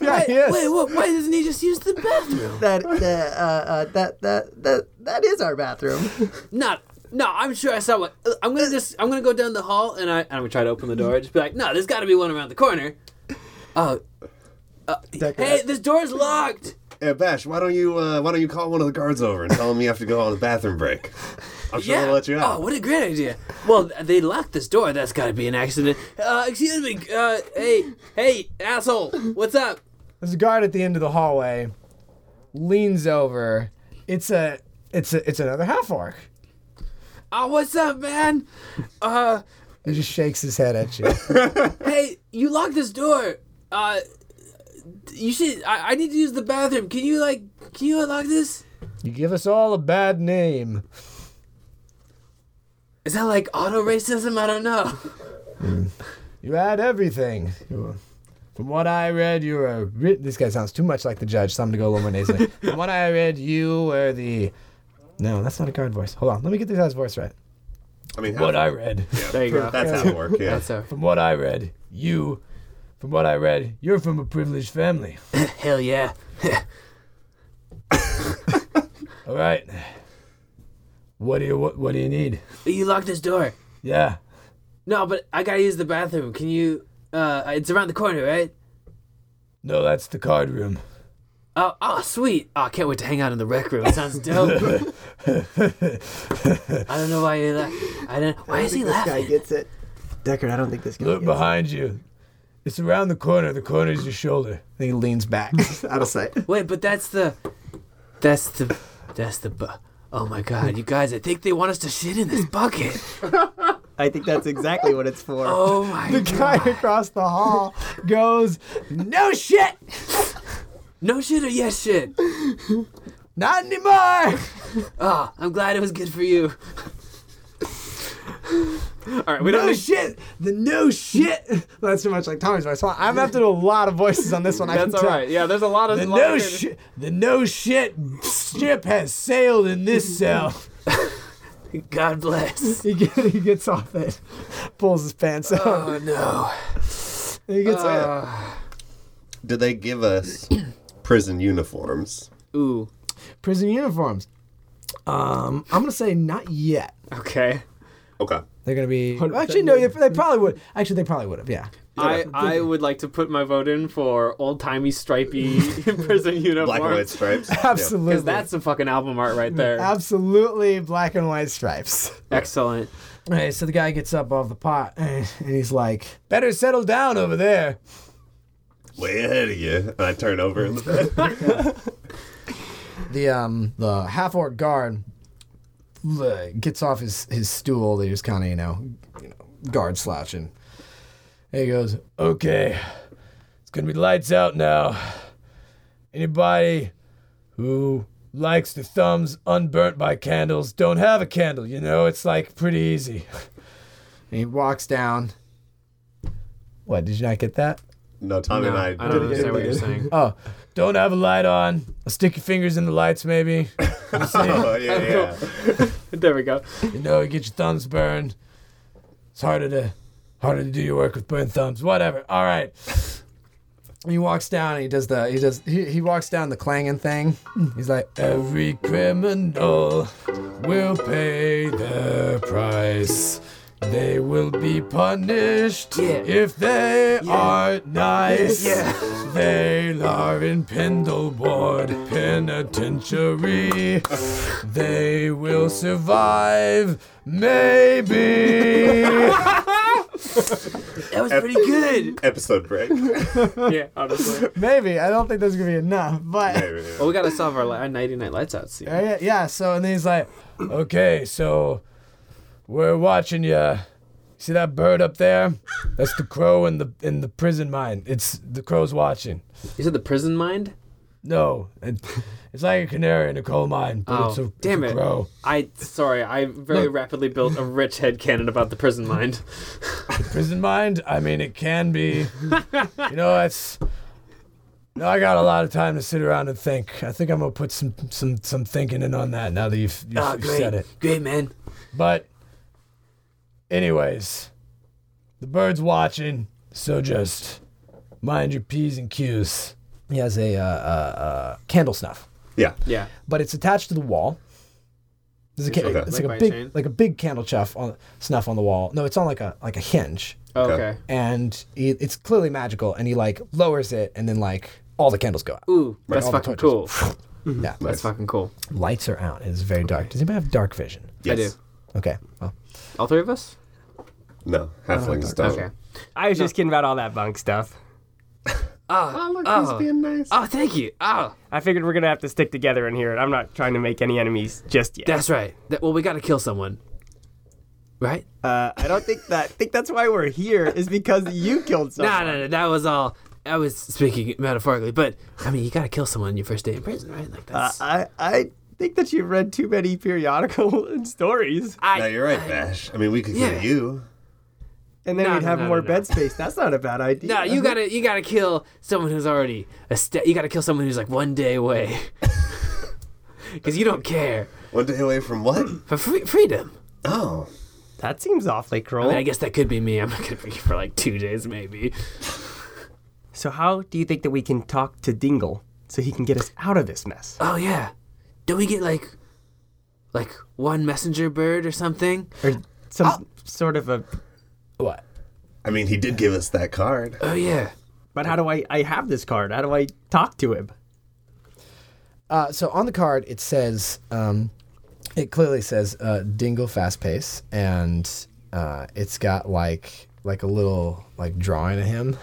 S1: Yeah, yes.
S2: Wait, what, why doesn't he just use the bathroom?
S5: That, that, uh, uh, that, that, that, that is our bathroom.
S2: Not. No, I'm sure I saw one. Uh, I'm gonna just. I'm gonna go down the hall and I. I'm gonna try to open the door. Just be like, no, there's got to be one around the corner. Oh. Uh, hey, this door's locked.
S3: Yeah, Bash, why don't you uh, why don't you call one of the guards over and tell them you have to go on a bathroom break? I'm sure they'll let you out.
S2: Oh, what a great idea. Well, th- they locked this door. That's got to be an accident. Uh, excuse me. Uh, hey, hey, asshole. What's up?
S1: There's a guard at the end of the hallway, leans over. It's a it's a it's another half orc.
S2: Oh, what's up, man? Uh,
S1: He just shakes his head at you.
S2: hey, you locked this door. Uh, you should. I, I need to use the bathroom. Can you like? Can you unlock this?
S1: you give us all a bad name.
S2: Is that like auto racism? I don't know.
S1: You had everything. You- From what I read, you were. Ri- this guy sounds too much like the judge, so I'm gonna go a little more nasally. From what I read, you were the. No, that's not a guard voice. Hold on, let me get this guy's voice right.
S3: I mean,
S1: What
S3: how,
S1: I read.
S2: There you go.
S3: that's how it works. Yeah.
S2: That's our
S1: From what I read, you. From what I read, you're from a privileged family.
S2: hell yeah.
S1: All right. What do you what, what do you need?
S2: You locked this door.
S1: Yeah.
S2: No, but I gotta use the bathroom. Can you? Uh, it's around the corner, right?
S1: No, that's the card room.
S2: Oh, oh, sweet. Oh, I can't wait to hang out in the rec room. It sounds dope. I don't know why you're laughing. I don't. Why is he
S5: Guy
S2: laughing?
S5: gets it. Deckard, I don't think this guy
S1: Look
S5: gets
S1: behind you. It's around the corner. The corner is your shoulder. Then he leans back.
S5: it. Out of sight.
S2: Wait, but that's the, that's the, that's the. Bu- oh my god, you guys! I think they want us to shit in this bucket.
S5: I think that's exactly what it's for.
S2: Oh my.
S1: the guy across the hall goes, "No shit,
S2: No shit or yes shit.
S1: not anymore."
S2: Oh, I'm glad it was good for you. All right, we don't.
S1: No
S2: Need-
S1: shit. The no shit. That's too much like Tommy's voice. Hold on, I'm gonna have to do a lot of voices on this one. I
S2: that's
S1: can
S2: all
S1: tell.
S2: right. Yeah, there's a lot of.
S1: The
S2: lot
S1: no
S2: of-
S1: shit. The no shit ship has sailed in this cell.
S2: God bless.
S1: He, get, he gets off it, pulls his pants up.
S2: Oh no.
S1: he gets off.
S3: Did they give us prison uniforms?
S2: Ooh.
S1: prison uniforms. Um, I'm gonna say not yet.
S2: Okay.
S3: Okay.
S1: They're going to be.
S4: 100%
S1: Actually, no, they, they probably would. Actually, they probably would have. Yeah.
S2: I, I would like to put my vote in for old timey stripey prison
S3: Black and white
S2: uniforms
S3: stripes. Yeah.
S1: Absolutely.
S2: because that's some fucking album art right there.
S1: Absolutely black and white stripes.
S2: Excellent.
S1: All right, so the guy gets up off the pot eh, and he's like, "Better settle down over there."
S3: Way ahead of you. And I turn over in the bed.
S1: The um the half orc guard l- gets off his his stool that he was kind of you know you know guard slouching. And he goes, "Okay, it's gonna be lights out now. Anybody who likes the thumbs unburnt by candles don't have a candle. You know, it's like pretty easy." and he walks down. What did you not get that?
S3: No, Tommy
S2: No,
S3: and I,
S2: I don't understand what you're saying.
S1: Oh, don't have a light on. I'll stick your fingers in the lights, maybe.
S3: Oh, yeah, yeah.
S2: There we go.
S1: You know, you get your thumbs burned. It's harder to harder to do your work with burned thumbs. Whatever. All right. And He walks down and he does the he does he, he walks down the clanging thing. He's like every criminal will pay their price. They will be punished if they are nice. They are in Pendleboard Penitentiary. they will survive, maybe.
S2: That was pretty good.
S3: Episode break.
S2: yeah, honestly.
S1: Maybe. I don't think that's gonna be enough, but
S2: Well, we gotta solve our, li- our 90 night lights out scene.
S1: Uh, yeah, yeah, so and then he's like, Okay, so we're watching you. See that bird up there? That's the crow in the in the prison mine. It's the crow's watching.
S2: You said the prison mind?
S1: No. It, it's like a canary in a coal mine, but
S2: Oh,
S1: it's a,
S2: damn
S1: it's
S2: it.
S1: a crow.
S2: I sorry, I very rapidly built a rich headcanon about the prison mind.
S1: prison mind? I mean, it can be. you know, it's. No, I got a lot of time to sit around and think. I think I'm gonna put some some some thinking in on that now that you've, you've,
S2: Ah,
S1: you've said it.
S2: Great man.
S1: But, anyways, the bird's watching, so just mind your p's and q's. He has a uh, uh, uh, candle snuff,
S3: Yeah.
S2: Yeah.
S1: but it's attached to the wall. There's a ca-
S3: Okay.
S1: It's like
S2: Like by
S1: a
S2: a
S1: big,
S2: chain?
S1: like a big candle chuff on snuff on the wall. No, it's on like a like a hinge,
S2: Oh, Okay.
S1: and he, it's clearly magical. And he like lowers it, and then like all the candles go out.
S2: Ooh, that's
S1: All the
S2: fucking cool.
S1: torches.
S2: That's
S1: Yeah,
S3: Nice.
S2: fucking cool.
S1: lights are out. It's very dark. Does anybody have dark vision?
S3: Yes.
S2: I do.
S1: Okay, well,
S2: All three of us?
S3: No, halflings don't.
S2: Okay.
S4: I was just kidding about all that bunk stuff.
S3: Oh, look,
S2: Oh.
S3: he's being nice.
S2: Oh, thank you. Oh,
S4: I figured we're gonna have to stick together in here. and I'm not trying to make any enemies just yet.
S2: that's right. That, well, we gotta kill someone. Right?
S4: Uh, I don't think that. I think that's why we're here is because you killed someone.
S2: No, no, no. That was all. I was speaking metaphorically, but I mean, you gotta kill someone your first day in prison, right? Like
S4: Uh,
S2: that's.
S4: I I think that you've read too many periodical and stories,
S2: I,
S3: No, you're right, Bash. I mean, we could kill
S2: Yeah.
S3: you.
S4: and then
S2: No,
S4: we'd
S2: no,
S4: have
S2: no,
S4: more
S2: no, no.
S4: bed space. That's not a bad idea.
S2: no, you gotta, you gotta kill someone who's already a step. You gotta kill someone who's like one day away, because you don't care
S3: One day away from what?
S2: for free- freedom.
S3: Oh,
S4: That seems awfully cruel.
S2: I mean, I guess that could be me. I'm not gonna be for like two days, maybe.
S4: So how do you think that we can talk to Dingle so he can get us out of this mess?
S2: Oh yeah, do we get like, like one messenger bird or something?
S4: Or some sort of a
S1: what?
S3: I mean, he did give us that card.
S2: Oh yeah,
S4: But how do I I have this card? How do I talk to him?
S1: Uh, so on the card, it says, um, it clearly says uh, Dingle Fast Pace, and uh, it's got like like a little like drawing of him.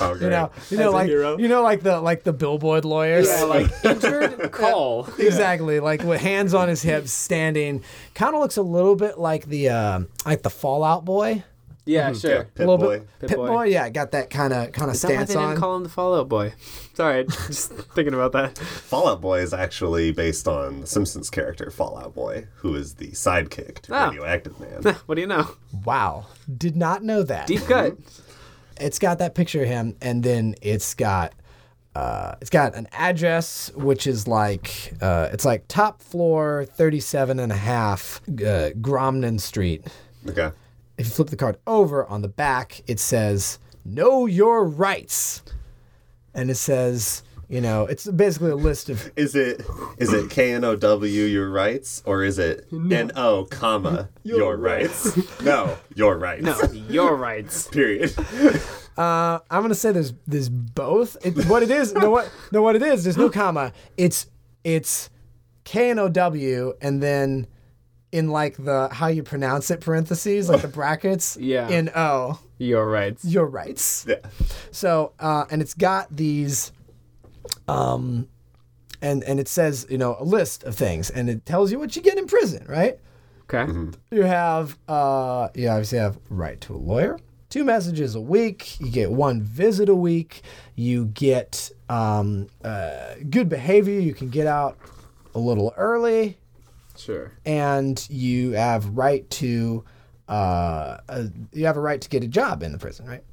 S3: Oh, great.
S1: You know, you know,
S4: As a
S1: like
S4: hero.
S1: you know, like the like the billboard lawyers.
S2: like injured call.
S1: Exactly, like with hands on his hips, standing. Kind of looks a little bit like the um like the Fallout Boy,
S2: Yeah, sure.
S3: yeah,
S1: a
S3: Pit
S1: little
S3: Boy.
S1: bit Pit, Boy. Yeah, got that kind of kind of
S2: Is that why
S1: stance
S2: they didn't
S1: on.
S2: call him the Fallout Boy? Sorry, just thinking about that.
S3: Fallout Boy is actually based on the Simpsons character Fallout Boy, who is the sidekick to
S2: Ah.
S3: Radioactive Man.
S2: What do you know?
S1: wow, did not know that.
S2: Deep cut.
S1: it's got that picture of him, and then it's got uh, it's got an address which is like uh, it's like top floor 37 and a half uh, Gromnan Street.
S3: okay.
S1: If you flip the card over on the back, it says "Know Your Rights," and it says You know, it's basically a list of
S3: Is it is it K N O W your rights or is it N O comma your, rights? no, your rights.
S2: No, your rights.
S3: Period.
S1: Uh, I'm gonna say there's there's both. It, what it is? no what? No what it is? There's no comma. It's it's K and O W, and then in like the how you pronounce it parentheses, like the brackets.
S2: Yeah.
S1: In O,
S2: Your rights.
S1: your rights.
S3: Yeah.
S1: So uh, and it's got these, um, and and it says you know a list of things, and it tells you what you get in prison, right?
S2: Okay.
S1: you have uh you obviously have right to a lawyer two messages a week you get one visit a week you get um uh, good behavior you can get out a little early
S2: Sure.
S1: and you have right to uh, uh you have a right to get a job in the prison right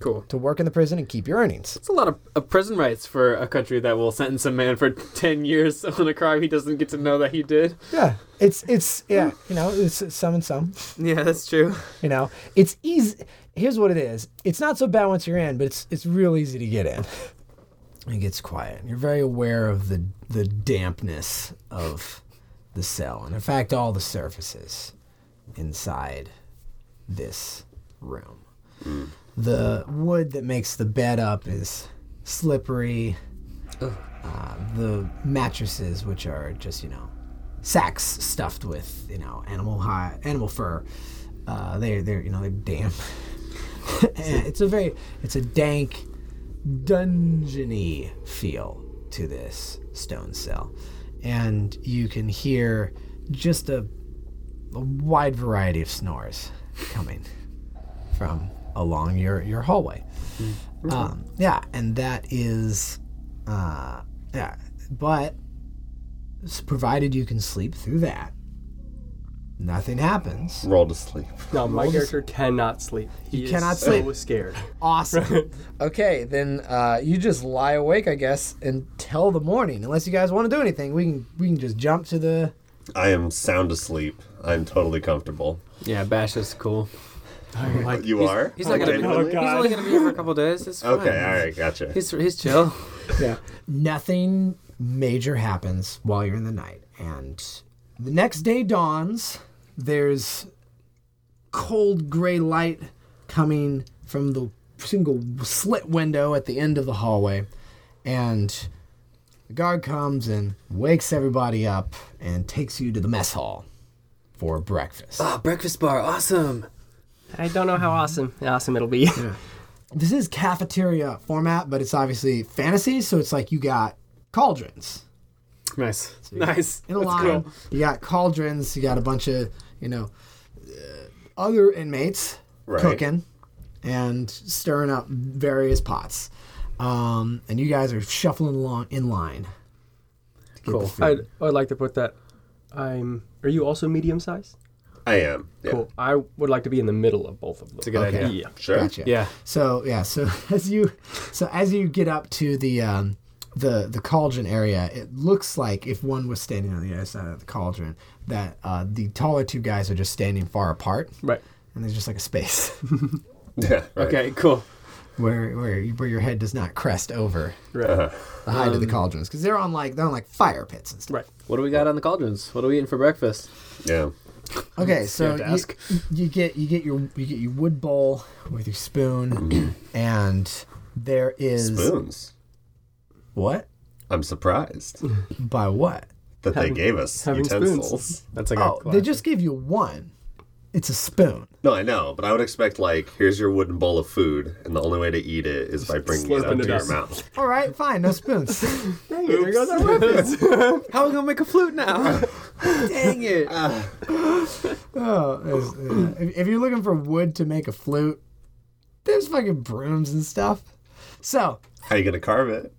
S2: Cool.
S1: to work in the prison and keep your earnings
S2: It's a lot of, of prison rights for a country that will sentence a man for 10 years on a crime he doesn't get to know that he did.
S1: yeah it's it's yeah you know it's some and some
S2: Yeah, that's true.
S1: you know it's easy here's what it is it's not so bad once you're in but it's it's real easy to get in it gets quiet you're very aware of the the dampness of the cell and in fact all the surfaces inside this room the wood that makes the bed up is slippery uh, the mattresses which are just you know sacks stuffed with you know animal high animal fur uh, they're they're you know they're damp And it's a very it's a dank dungeony feel to this stone cell and you can hear just a, a wide variety of snores coming from along your your hallway um, yeah and that is uh, yeah but s- provided you can sleep through that nothing happens
S3: Roll to sleep.
S4: No, my character cannot sleep. He
S1: You
S4: is
S1: cannot
S4: so
S1: sleep.
S4: scared.
S1: Awesome. okay, then uh, you just lie awake, I guess, until the morning. Unless you guys want to do anything, we can we can just jump to the.
S3: I am sound asleep. I'm totally comfortable.
S2: Yeah, Bash is cool.
S3: You are?
S2: He's not
S4: Oh
S2: gonna be.
S3: Genuinely?
S2: Oh, he's only gonna be here for a couple days. It's fine.
S3: Okay, all right, gotcha.
S2: He's he's chill.
S1: Yeah. Nothing major happens while you're in the night, and the next day dawns. There's cold gray light coming from the single slit window at the end of the hallway, and the guard comes and wakes everybody up and takes you to the mess hall for breakfast.
S2: Ah, breakfast bar, awesome.
S4: I don't know how awesome awesome it'll be.
S1: this is cafeteria format, but it's obviously fantasy, so it's like you got cauldrons
S2: Nice, nice.
S1: in a line. You got cauldrons. You got a bunch of you know uh, other inmates
S3: Right.
S1: cooking and stirring up various pots, um, and you guys are shuffling along in line. to get the
S2: Cool.
S1: food.
S4: I'd, I'd like to put that. I'm. Are you also medium sized?
S3: I am. Yeah.
S4: Cool. I would like to be in the middle of both of them. It's
S2: a good idea.
S4: Yeah.
S3: Sure.
S1: Gotcha.
S2: Yeah.
S1: So yeah. So as you, so as you get up to the um, the the cauldron area, it looks like if one was standing on the other side of the cauldron, that uh, the taller two guys are just standing far apart,
S4: Right.
S1: and there's just like a space
S3: Yeah. right.
S2: Okay, cool.
S1: where where where your head does not crest over
S4: Right.
S1: the height of the cauldrons because they're on like they're on like fire pits and stuff.
S4: Right.
S2: What do we got on the cauldrons? What are we eating for breakfast?
S3: Yeah.
S1: Okay, so
S2: have to
S1: you,
S2: ask.
S1: you get you get your you get your wood bowl with your spoon, and there is
S3: Spoons.
S1: what
S3: I'm surprised
S1: by what.
S3: that they gave us
S4: having
S3: utensils.
S2: That's like
S1: Oh,
S2: a
S1: they just gave you one. It's a spoon.
S3: No, I know, but I would expect like here's your wooden bowl of food, and the only way to eat it is by bringing it up
S4: slurping
S3: to
S4: it
S3: your
S4: up.
S3: mouth.
S1: All right, fine, no spoons.
S4: Dang it, there goes our weapons.
S2: How are we gonna make a flute now? Uh, Dang it!
S1: oh, there's- yeah. if, if you're looking for wood to make a flute, there's fucking brooms and stuff. So,
S3: How you gonna carve it?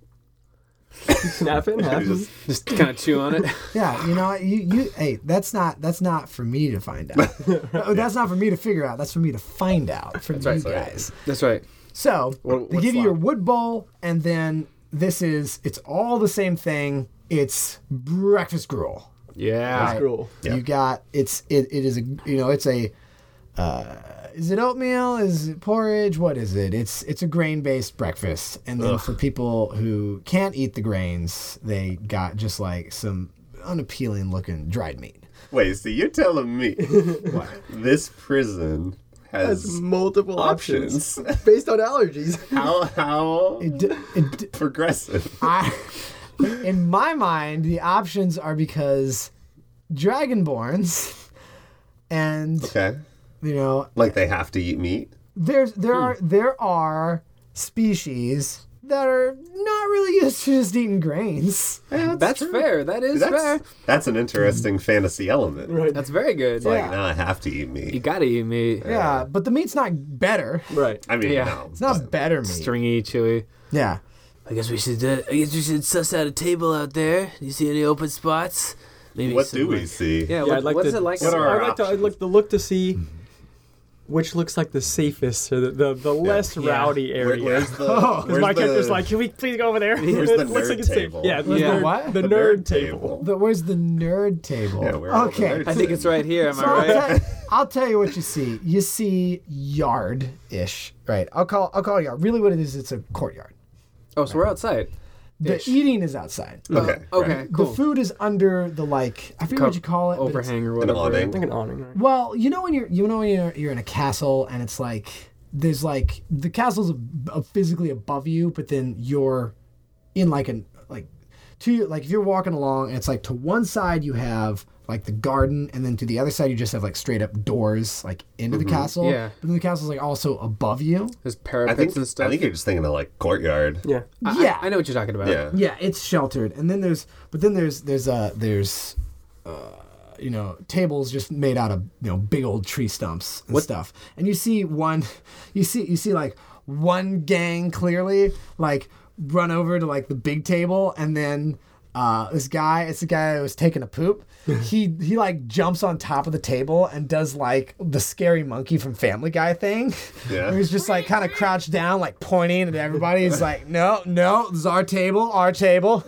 S4: Snap it in half.
S3: You just-
S2: just kind of chew on it.
S1: yeah, you know, what, you you hey, that's not that's not for me to find out. No, that's not for me to figure out. That's for me to find out for you
S3: right.
S1: guys.
S2: That's right.
S1: So
S2: What-
S1: they
S2: what's
S1: give you your
S2: left?
S1: wood bowl, and then this is it's all the same thing. It's breakfast gruel.
S2: Yeah.
S4: Scroll.
S1: You got it's it, it is a you know it's a uh, is it oatmeal? Is it porridge? What is it? It's it's a grain based breakfast. And then for people who can't eat the grains, they got just like some unappealing looking dried meat.
S3: Wait, so you're telling me why this prison
S4: Has
S3: has
S4: multiple options.
S3: options?
S5: based on allergies.
S3: how how
S1: It d- it d-
S3: progressive?
S1: I, in my mind, the options are because dragonborns and
S3: Okay,
S1: you know
S3: like they have to eat meat.
S1: there's
S3: Hmm.
S1: there are there are species that are not really used to just eating grains.
S2: That's fair. That is fair.
S3: That's that's an interesting fantasy element.
S4: Right.
S2: That's very good.
S3: Like
S1: Yeah.
S3: now I have to eat
S2: You
S3: meat.
S2: gotta eat meat.
S1: Yeah, but the meat's not better.
S4: right.
S3: I mean,
S2: Yeah.
S3: no,
S1: It's not better meat.
S2: Stringy, chewy.
S1: Yeah.
S2: I guess we should. Uh, I guess we should suss out a table out there. You see any open spots? Maybe.
S3: What
S2: some,
S3: do we
S2: like-
S3: see?
S2: Yeah.
S4: Yeah,
S2: what,
S4: I'd like
S2: what's
S4: to,
S2: it like?
S3: What
S4: so
S3: are our
S4: I'd like to, I'd like to look to see which looks like the safest or the, the, the less rowdy
S3: Where-
S4: area.
S3: where's the?
S4: Because
S3: where's
S4: my
S3: the-
S4: character's like, can we please go over there?
S3: Where's the
S4: It looks
S3: nerd
S4: like it's safe.
S3: table?
S4: Yeah, the
S1: Yeah.
S4: nerd,
S1: What?
S4: The,
S3: the
S4: nerd, table.
S1: But where's the nerd table?
S3: Yeah, where are the
S1: okay.
S3: nerd
S2: I think it's right here. Am I
S1: So I'll,
S2: right?
S1: tell, I'll tell you what you see. You see yard ish, right? I'll call I'll call it yard. Really, what it is, it's a courtyard.
S2: Oh, so we're outside.
S1: The
S2: Ish.
S1: eating is outside.
S3: Okay.
S2: Okay.
S3: right.
S2: Cool.
S1: The food is under the like I forget
S2: Cup
S1: what you call it. but it's-
S2: Overhang or
S3: An
S2: whatever.
S4: I think
S3: awning.
S4: an awning, right?
S1: Well, you know when you're you know when you're, you're in a castle and it's like there's like the castle's ab- ab- physically above you, but then you're in like an like to your like if you're walking along and it's like to one side you have like the garden and then to the other side you just have like straight up doors like into the castle.
S2: Mm-hmm. Yeah.
S1: But then the castle's like also above you.
S2: There's
S3: I
S2: parapets
S3: think
S2: and stuff.
S3: I think you're just thinking of like courtyard.
S4: Yeah.
S2: I-
S1: yeah.
S2: I, know what you're talking about.
S3: Yeah.
S1: Yeah, it's sheltered, and then there's but then there's there's uh there's uh you know tables just made out of you know big old tree stumps and stuff, and you see one, you see you see like one gang clearly like run over to like the big table, and then. Uh, this guy, it's the guy that was taking a poop. he he like jumps on top of the table and does like the scary monkey from Family Guy thing.
S3: Yeah.
S1: Where he's just like kind of crouched down, like pointing at everybody. He's like, no, no, this is our table, our table.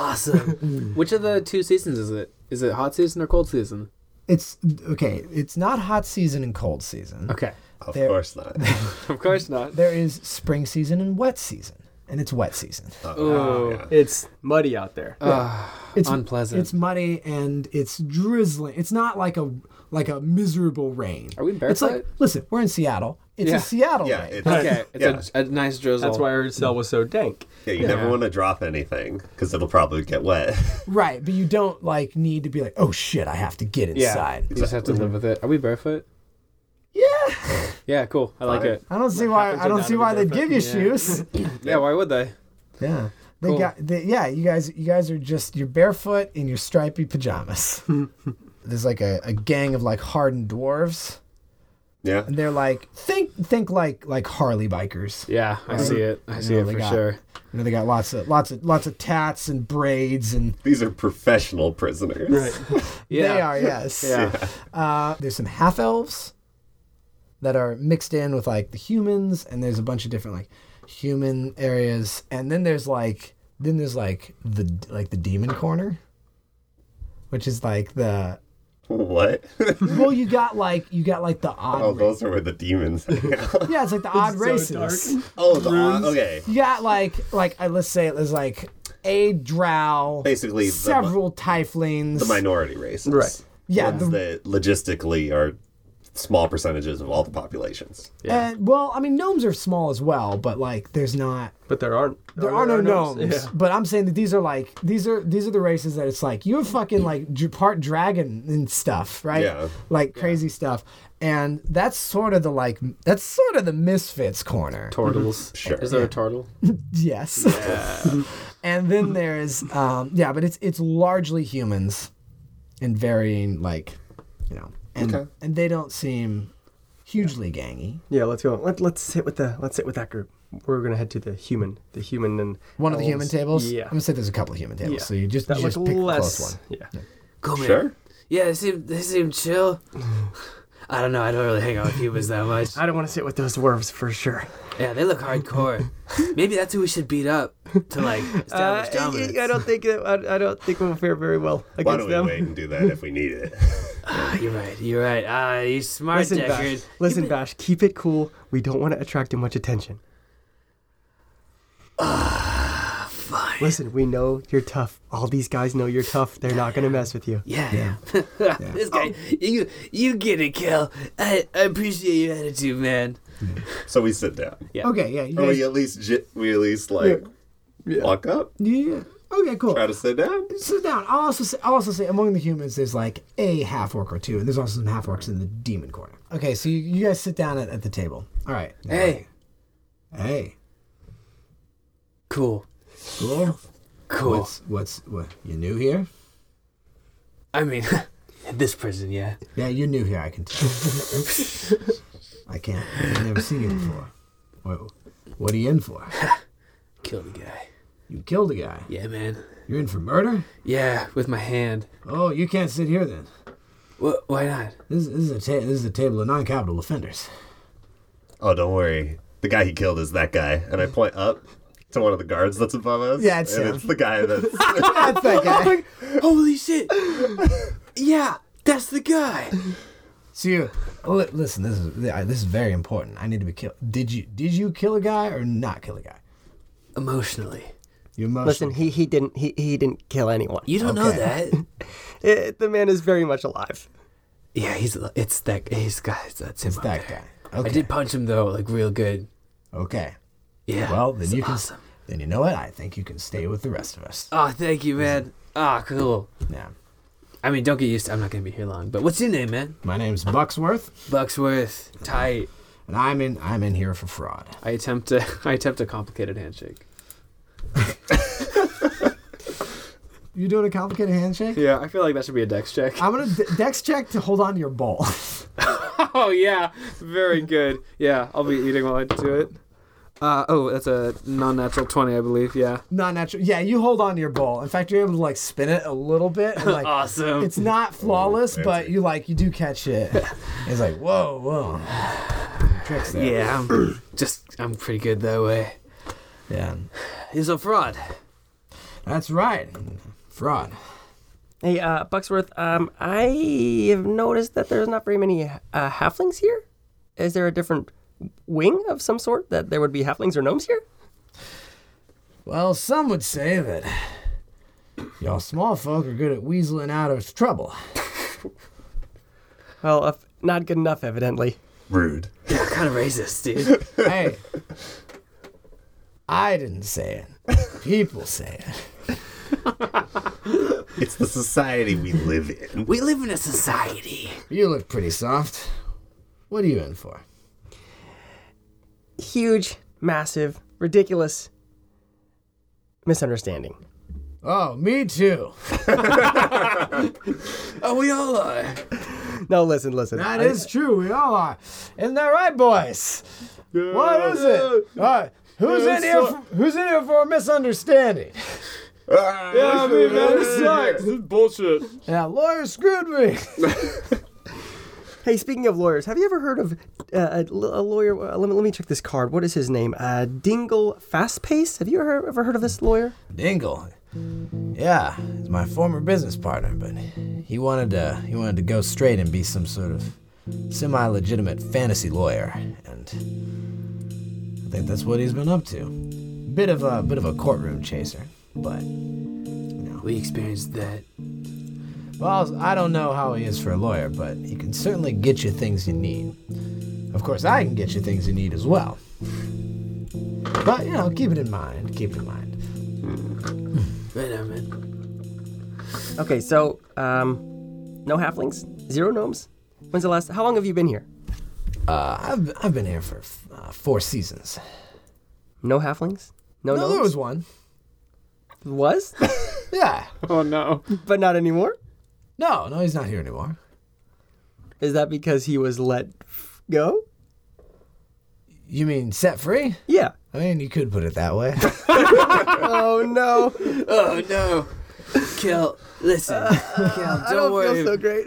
S2: Awesome. Which of the two seasons is it? Is it hot season or cold season?
S1: It's okay. It's not hot season and cold season.
S2: Okay.
S3: Of
S1: There-
S3: course not.
S2: Of course not.
S1: There is spring season and wet season, and it's wet season.
S2: Oh,
S4: It's muddy out there.
S1: It's
S2: unpleasant.
S1: It's muddy and it's drizzling. It's not like a like a miserable rain.
S2: Are we in
S1: It's like
S2: barefoot?
S1: listen, we're in Seattle. It's
S2: Yeah.
S1: a Seattle
S3: Yeah,
S1: rain.
S3: it's,
S2: okay. It's
S3: yeah.
S2: a, a nice drizzle.
S4: That's why our cell was so dank.
S3: yeah, you never want to drop anything because it'll probably get wet.
S1: right, but you don't like need to be like, oh shit, I have to get
S2: Yeah.
S1: inside.
S2: You just have to live with it. Are we barefoot?
S1: Yeah.
S2: Yeah. Cool. I like
S3: Fine.
S2: it.
S1: I don't see why
S4: happens
S1: I don't
S4: without
S1: see why
S4: any
S1: they'd give you shoes.
S2: Yeah. Why would they?
S1: Yeah. They
S2: Cool.
S1: got they, yeah, you guys you guys are just you're barefoot in your stripy pajamas. There's like a, a gang of like hardened dwarves
S3: Yeah.
S1: and they're like think think like like Harley bikers.
S2: Yeah. I see it. I see
S1: know,
S2: it
S1: they
S2: for
S1: got-
S2: sure.
S1: You know, they got lots of lots of lots of tats and braids and
S3: These are professional prisoners.
S2: Yeah.
S1: they are, yes.
S2: Yeah.
S1: Uh, there's some half elves that are mixed in with like the humans, and there's a bunch of different like human areas, and then there's like then there's like the like the demon corner, which is like the
S3: What?
S1: well you got like you got like the odd
S3: oh, those are where the demons hang out.
S1: yeah it's like the odd
S4: so
S1: races.
S4: dark.
S3: Oh, the okay.
S1: You got like like I, let's say it was like a drow,
S3: Basically, the mi-
S1: several tieflings,
S3: The minority races.
S4: Right.
S1: yeah,
S3: Ones
S1: the-
S3: that logistically are small percentages of all the populations.
S2: Yeah.
S1: and well I mean gnomes are small as well, but like there's not
S4: But there aren't.
S1: There are no
S4: gnomes.
S1: gnomes,
S4: Yeah.
S1: but I'm saying that these are like these are these are the races that it's like you're fucking like dr- part dragon and stuff, right?
S3: Yeah.
S1: Like crazy stuff, and that's sort of the like that's sort of the misfits corner.
S2: Tortles.
S3: Sure.
S2: Is there a turtle?
S1: yes. and then there's um yeah, but it's it's largely humans, and varying like, you know, and
S3: Okay.
S1: and they don't seem hugely gangy.
S4: Yeah, let's go. Let, let's sit with the let's sit with that group. We're gonna head to the human, the human and
S1: One of the human
S4: elves.
S1: tables.
S4: Yeah,
S1: I'm gonna say there's a couple of human tables,
S4: Yeah.
S1: so you just
S4: that
S1: you
S4: looks
S1: just pick the
S4: less.
S1: close one.
S4: Yeah,
S2: Come here.
S3: Sure.
S2: Yeah. They seem. They seem chill. I don't know. I don't really hang out with humans that much.
S4: I don't want to sit with those dwarves for sure.
S2: Yeah, they look hardcore. Maybe that's who we should beat up to like
S4: Uh,
S2: establish dominance.
S4: I don't think I, I don't think we'll fare very well
S3: Why don't
S4: against
S3: we
S4: them.
S3: wait and do that if we need it?
S2: Ah, you're right. You're right. Ah, you smart,
S4: Listen, Bash.
S2: Deckard.
S4: Listen, Bash. Keep it cool. We don't want to attract too much attention.
S3: Ah,
S2: Fine.
S4: Listen, we know you're tough. All these guys know you're tough. They're not gonna mess with you.
S2: Yeah. this guy, you you get it, Cal. I, I appreciate your attitude, man.
S3: So we sit down.
S2: Yeah.
S1: Okay, yeah, you
S3: Or
S1: guys,
S3: we at least j- we at least like walk up,
S1: yeah. Okay, cool.
S3: try to sit down.
S1: Sit down. I'll also say, I'll also say among the humans, there's like a half orc or two, and there's also some half orcs in the demon corner. Okay, so you, you guys sit down at, at the table. All right.
S2: Hey,
S1: Hey,
S2: cool,
S1: cool.
S2: cool.
S1: What's what's what? You new here?
S2: I mean, this prison, yeah.
S1: Yeah, you're new here. I can tell. I can't. I've never seen you before. What, what are you in for?
S2: Kill the guy.
S1: You killed a guy.
S2: Yeah, man.
S1: You're in for murder?
S2: Yeah, with my hand.
S1: Oh, you can't sit here then.
S2: Wh- why not?
S1: This, this is a ta- this is a table of non-capital offenders.
S3: Oh, don't worry. The guy he killed is that guy. And I point up to one of the guards that's above us.
S1: Yeah, it's
S3: and
S1: him.
S3: it's the guy that's
S1: That's that guy.
S2: Holy shit! yeah, that's the guy.
S1: so you oh, li- listen. This is this is very important. I need to be killed. Did you did you kill a guy or not kill a guy?
S2: Emotionally,
S1: You emotional.
S4: Listen, he he didn't he, he didn't kill anyone.
S2: you don't know
S1: Okay.
S2: that.
S4: Eh, the man is very much alive.
S2: yeah, he's it's that he's guy. That's him. up
S1: that
S2: there.
S1: guy. Okay.
S2: I did punch him though, like real good.
S1: Okay.
S2: Yeah.
S1: Well, then
S2: it's
S1: you can.
S2: awesome.
S1: Then you know what? I think you can stay with the rest of us.
S2: Oh, thank you, man. Ah, cool.
S1: Yeah.
S2: I mean, don't get used to I'm not going to be here long, but what's your name, man?
S1: My name's Bucksworth,
S2: Bucksworth. Tight.
S1: and I'm in. I'm in here for fraud.
S2: I attempt to. I attempt a complicated handshake.
S1: You doing a complicated handshake?
S2: Yeah, I feel like that should be a dex check.
S1: I'm gonna d- dex check to hold on to your ball.
S2: Oh yeah, very good. Yeah, I'll be eating while I do it. Uh, oh, that's a non-natural twenty, I believe. Yeah.
S1: not natural. Yeah, you hold on to your ball. In fact, you're able to like spin it a little bit. And, like,
S2: Awesome.
S1: It's not flawless,
S3: fancy.
S1: but you like you do catch it. It's like whoa, whoa. Tricks there.
S2: yeah, I'm just I'm pretty good that way.
S1: Yeah.
S2: He's a fraud.
S1: That's right. Fraud.
S4: Hey, uh, Bucksworth. Um, I have noticed that there's not very many uh, halflings here. Is there a different wing of some sort that there would be halflings or gnomes here?
S1: Well, some would say that y'all small folk are good at weaseling out of trouble.
S4: Well, if not good enough, evidently.
S3: rude.
S2: Yeah, kind of racist, dude.
S1: hey, I didn't say it. People say it.
S3: It's the society we live in.
S2: We live in a society.
S1: You look pretty soft. What are you in for?
S4: Huge, massive, ridiculous misunderstanding.
S1: Oh, me too.
S2: Oh, we all are.
S4: No, listen, listen.
S1: That
S4: I-
S1: is true. We all are. Isn't that right, boys? What is it? All right. Who's in here? For, who's in here for a misunderstanding?
S3: yeah,
S2: is bullshit.
S1: Yeah, lawyer screwed me.
S4: Hey, speaking of lawyers, have you ever heard of uh, a, a lawyer? Uh, let, me, let me check this card. What is his name? Uh, Dingle Fastpace. Have you ever, ever heard of this lawyer?
S1: Dingle. Yeah, he's my former business partner, but he wanted to he wanted to go straight and be some sort of semi-legitimate fantasy lawyer, and I think that's what he's been up to. Bit of a bit of a courtroom chaser, but
S2: We experienced that.
S1: well, I don't know how he is for a lawyer, but he can certainly get you things you need. Of course, I can get you things you need as well. But you know, keep it in mind. Keep it in mind.
S2: Right on, man.
S4: Okay, so um, no halflings, zero gnomes. When's the last? How long have you been here?
S1: Uh, I've I've been here for uh, four seasons.
S4: No halflings. No,
S1: No,
S4: gnomes.
S1: there was one.
S4: was,
S1: Yeah.
S2: Oh no.
S4: but not anymore.
S1: No, no, he's not here anymore.
S4: Is that because he was let f- go?
S1: You mean set free?
S4: Yeah.
S1: I mean, you could put it that way.
S4: Oh no!
S2: Oh no. Kel, listen. Kel, don't,
S4: I don't
S2: worry.
S4: feel so great.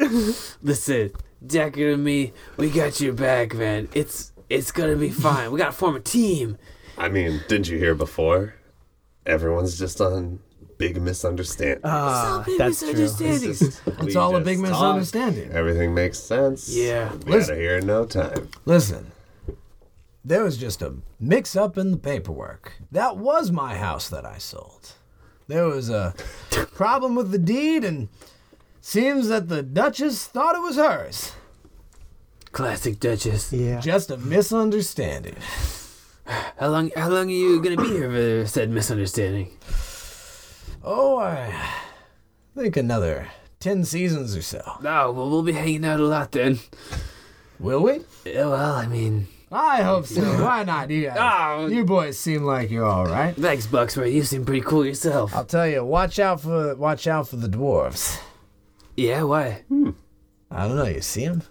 S2: Listen, Decker and me, we got your back, man. It's it's gonna be fine. We gotta form a team.
S3: I mean, didn't you hear before? Everyone's just on big misunderstanding.
S6: Ah, that's true.
S2: misunderstandings.
S3: We
S1: It's all a
S3: just
S1: big
S3: talk.
S1: misunderstanding.
S3: Everything makes sense.
S1: Yeah.
S3: we out of here in no time.
S1: Listen, there was just a mix up in the paperwork. That was my house that I sold. There was a problem with the deed, and seems that the Duchess thought it was hers.
S2: Classic Duchess.
S4: Yeah.
S1: Just a misunderstanding.
S2: How long? How long are you gonna be here for said misunderstanding?
S1: Oh, I think another 10 seasons or so.
S2: Oh, well, we'll be hanging out a lot then.
S1: Will we?
S2: Yeah, well, I mean,
S1: I hope so. Why not? You, guys?
S2: Oh.
S1: you boys seem like you're all right.
S2: thanks, Bucksworth. You seem pretty cool yourself.
S1: I'll tell you, watch out for watch out for the dwarves.
S2: yeah, why?
S1: I don't know. You see him?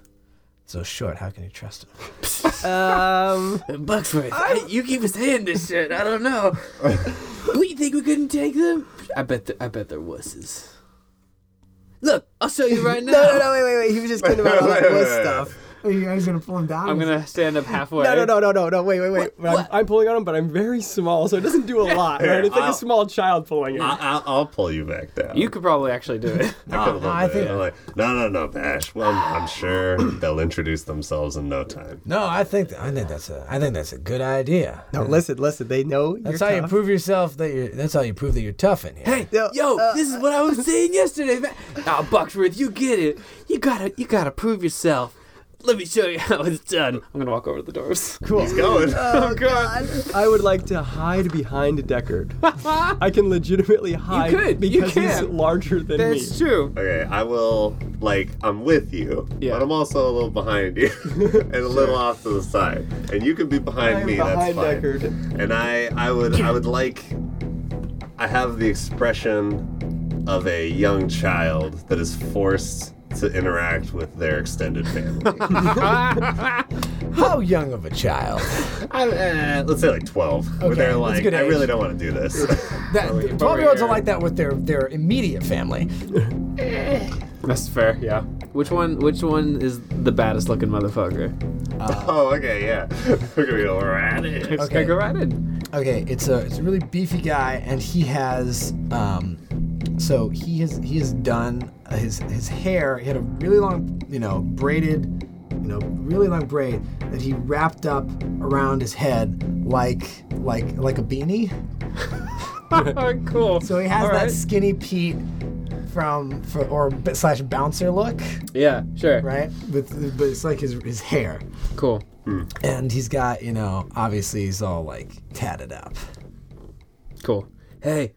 S1: So short. How can you trust him?
S4: Um,
S2: Bucksworth, I, you keep saying this shit. I don't know. we think we couldn't take them? I bet. The, I bet they're wusses. Look, I'll show you right now.
S6: No, no, no, wait, wait, wait. He was just kidding about all that wuss stuff.
S7: Are you guys gonna pull him down?
S2: I'm gonna stand up halfway.
S6: No, no, no, no, no, no. Wait, wait, wait.
S4: I'm, I'm pulling on him, but I'm very small, so it doesn't do a lot, right? It's like a small child pulling him.
S3: I, I'll, I'll pull you back down.
S2: You could probably actually do it.
S3: I, could a little
S1: I
S3: bit.
S1: think-
S3: I'm like, no, no, no, Bash. Well, I'm, I'm sure they'll introduce themselves in no time.
S1: No, I think I think that's a I think that's a good idea.
S4: No, listen, listen. They know
S1: That's
S4: you're
S1: how you
S4: tough.
S1: prove yourself that you're. That's how you prove that you're tough in here. Hey,
S6: No,
S2: Yo,
S6: uh,
S2: this is what I was saying yesterday, man. Ah, Bucksworth, you get it. You gotta, you gotta prove yourself. Let me show you how it's done. I'm gonna walk over to the doors. Cool.
S3: He's going.
S6: Oh, God.
S4: I would like to hide behind Deckard. I can legitimately hide
S2: could, you
S4: because he's
S2: can.
S4: larger than
S2: That's
S4: me.
S2: true.
S3: Okay, I will like I'm with you,
S2: Yeah.
S3: but I'm also a little behind you and a little off to the side. And you can be behind
S4: I'm
S3: me.
S4: behind
S3: that's fine.
S4: Deckard.
S3: And I I would I would like I have the expression of a young child that is forced to interact with their extended family.
S1: how young of a child?
S3: I'm, uh, let's say like 12, where
S1: Okay,
S3: they're
S1: that's a
S3: like,
S1: good
S3: I
S1: age.
S3: really don't want to do this.
S1: That twelve year olds are like that with their their immediate family.
S2: That's fair. Yeah. Which one? Which one is the baddest looking motherfucker?
S3: oh, okay, yeah. We're gonna go right in.
S2: Okay, go right in.
S6: Okay,
S1: It's a it's a really beefy guy, and he has um, so he has he has done uh, his his hair. He had a really long, you know, braided, you know, really long braid that he wrapped up around his head like like like a beanie.
S2: cool.
S1: So he has
S2: All
S1: that
S2: right.
S1: skinny Pete from for, or b- slash bouncer look,
S2: Yeah. Sure.
S1: right? With but it's like his his hair,
S2: Cool.
S1: and he's got you know obviously he's all like tatted up.
S2: Cool. Hey.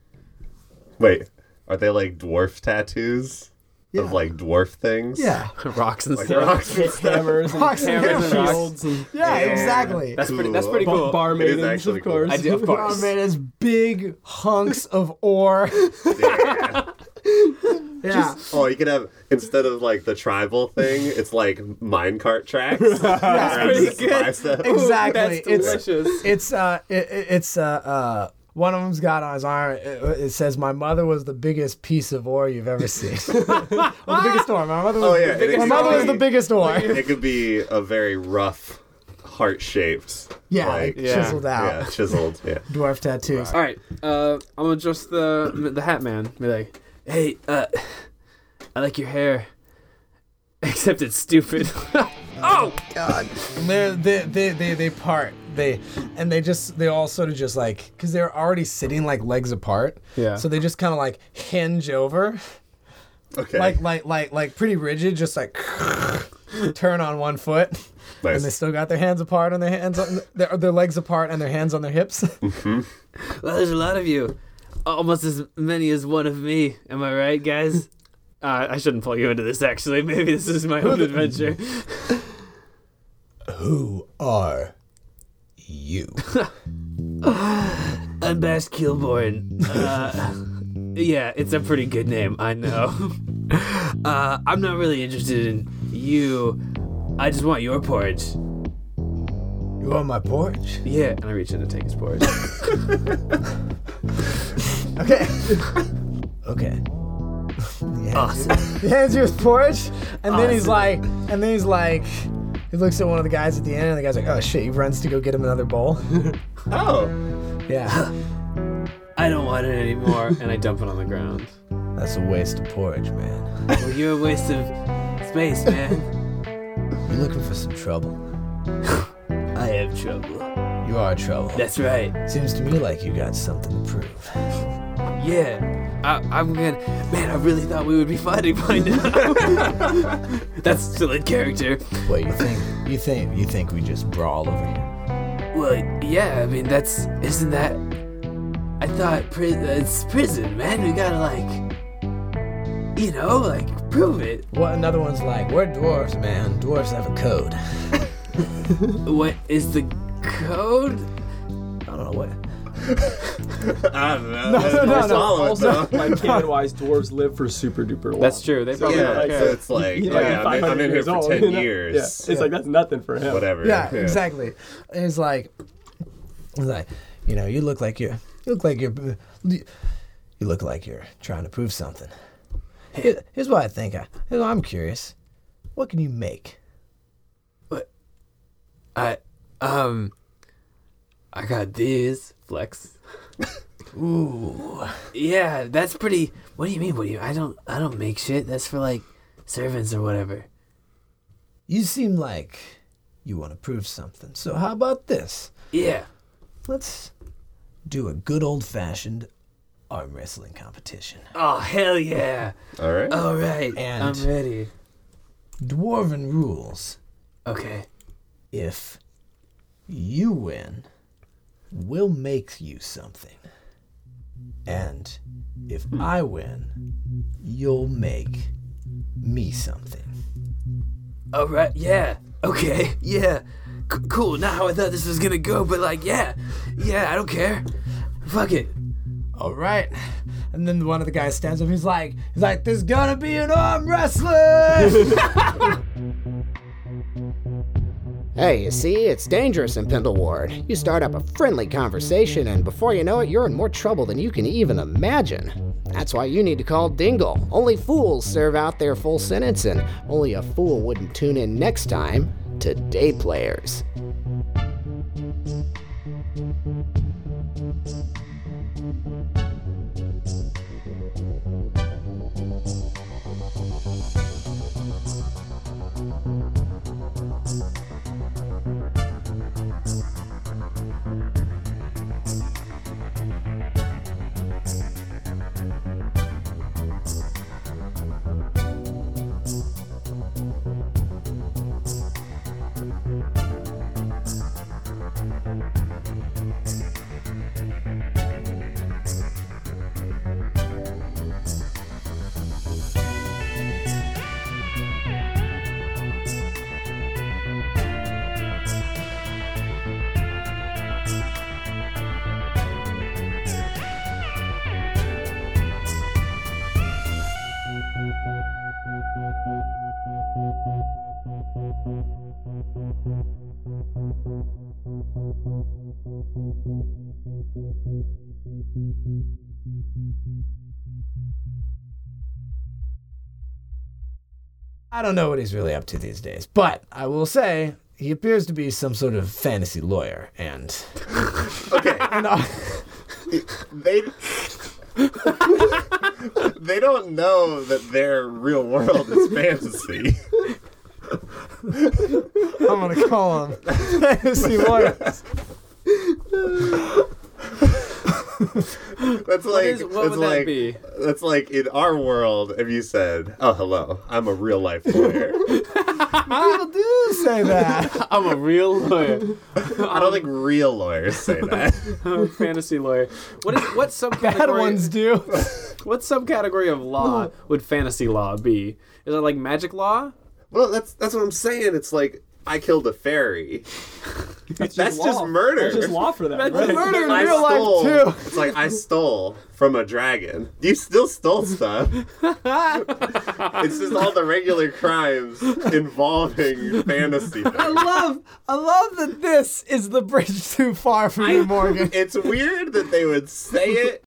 S3: Wait, are they like dwarf tattoos? Of like dwarf things?
S1: Yeah,
S2: Rocks and stuff.
S3: Rocks and stuff.
S4: Hammers and
S1: Rocks and
S2: Hammers and
S1: rocks.
S4: shields and
S1: yeah, exactly.
S2: That's pretty. That's pretty
S4: bar-
S2: cool.
S4: bar
S3: It is
S4: maidens,
S3: actually
S4: of
S3: cool.
S4: course.
S2: I do, of
S1: Oh
S2: course.
S1: man, it's big hunks of ore. yeah.
S3: Oh, you could have instead of like the tribal thing, it's like minecart tracks. That's
S2: pretty good.
S1: exactly.
S2: That's
S1: it's
S2: delicious.
S1: it's uh it, it- it's uh uh one of them's got on his arm. It, it says, "My mother was the biggest piece of ore you've ever seen." well, the biggest ore. My mother was.
S3: Oh, yeah, it
S1: My
S3: is
S1: mother was
S3: really-
S1: the biggest ore.
S3: It could be a very rough heart shaped.
S1: Yeah,
S3: like,
S1: like chiseled out,
S3: yeah, chiseled. Yeah.
S1: dwarf tattoos.
S2: All right, uh, I'm gonna address the the Hat Man. Be like, hey, uh, I like your hair, except it's stupid. oh,
S1: They're- They, they they they part. They and they just they all sort of just like because they're already sitting like legs apart.
S2: Yeah.
S1: So they just kind of like hinge over.
S3: Okay.
S1: like like like like pretty rigid, just like turn on one foot, and they
S3: nice.
S1: still got their hands apart and their hands on their, their legs apart and their hands on their hips.
S2: well, there's a lot of you, almost as many as one of me. Am I right, guys? Uh, I shouldn't pull you into this. Actually, maybe this is my own adventure.
S1: Who are you?
S2: I'm Bash Kilborn. Uh, yeah, it's a pretty good name, I know. Uh, I'm not really interested in you. I just want your porridge.
S1: You on my porch?
S2: Yeah, and I reach in to take his porridge.
S1: Okay. okay.
S2: awesome.
S1: He hands you his porch, and then he's like, and then he's like. He looks at one of the guys at the end, and Oh. the guy's like, "Oh shit!" He runs to go get him another bowl.
S3: Oh,
S1: Yeah,
S2: I don't want it anymore, and I dump it on the ground.
S1: That's a waste of porridge, man.
S2: Well, you're a waste of space, man.
S1: You looking for some trouble?
S2: I have trouble.
S1: You are trouble.
S2: That's right.
S1: Seems to me like you got something to prove.
S2: Yeah. I, I'm gonna. Man, I really thought we would be fighting by now. That's still in character.
S1: What you think? You think? You think we just brawl over here?
S2: Well, yeah, I mean, that's. Isn't that. I thought pri- it's prison, man. We gotta, like. You know, like, prove it.
S1: What another one's like? We're dwarves, man. Dwarves have a code.
S2: What is the code?
S1: I don't know what.
S3: I don't know. No, no,
S4: Also, like canon-wise, dwarves live for super duper long.
S2: That's true. They probably
S3: Yeah,
S2: don't
S3: so
S2: care.
S3: it's like,
S4: You
S3: yeah,
S4: know,
S3: I'm, in,
S4: 500
S3: I'm in here
S4: years
S3: for
S4: old,
S3: 10
S4: you know?
S3: years.
S4: Yeah, it's like that's nothing for him.
S3: whatever.
S1: Yeah, exactly. And it's like, it's like, you know, you look like you're, you look like you're, you look like you're trying to prove something. Here- Here's what I think. I, here's what I'm curious. What can you make?
S2: I. Um. I got this. Flex. Ooh. Yeah, that's pretty. What do you mean? What do you. I don't. I don't make shit. That's for, like, servants or whatever.
S1: You seem like you want to prove something. So how about this?
S2: Yeah.
S1: Let's do a good old-fashioned arm wrestling competition.
S2: Oh, hell yeah.
S3: All right.
S2: All right.
S1: And-
S2: I'm ready.
S1: Dwarven rules.
S2: Okay.
S1: If you win, we'll make you something. And if I win, you'll make me something.
S2: All right. Yeah. Okay. Yeah. C- cool. Not how I thought this was gonna go, but like, yeah, yeah. I don't care. Fuck it.
S1: All right. And then one of the guys stands up. He's like, he's like, there's gonna be an arm wrestler.
S8: Hey, you see, it's dangerous in Pendle Ward. You start up a friendly conversation, and before you know it, you're in more trouble than you can even imagine. That's why you need to call Dingle. Only fools serve out their full sentence, and only a fool wouldn't tune in next time to Day Players.
S1: I don't know what he's really up to these days, but I will say he appears to be some sort of fantasy lawyer. And
S3: They. they don't know that their real world is fantasy.
S1: I'm gonna call him fantasy lawyer.
S3: That's like
S2: is- what
S3: that's
S2: would that
S3: like
S2: be?
S3: that's like in our world. If you said, "Oh, hello, I'm a real life lawyer,"
S1: People do say that.
S2: I'm a real lawyer.
S3: I don't think real lawyers say that.
S2: I'm a fantasy lawyer. What is what subcategory?
S1: Bad ones do.
S2: What subcategory of law would fantasy law be? Is it like magic law?
S3: well, that's that's what I'm saying. It's like I killed a fairy.
S4: That's,
S3: That's just murder.
S4: That's just law for them. right?
S1: murder in
S3: I
S1: real life,
S3: stole,
S1: too.
S3: It's like I stole from a dragon. You still stole stuff. it's just all the regular crimes involving fantasy. things.
S1: love, I love that this is the bridge too far for you, Morgan.
S3: It's weird that they would say it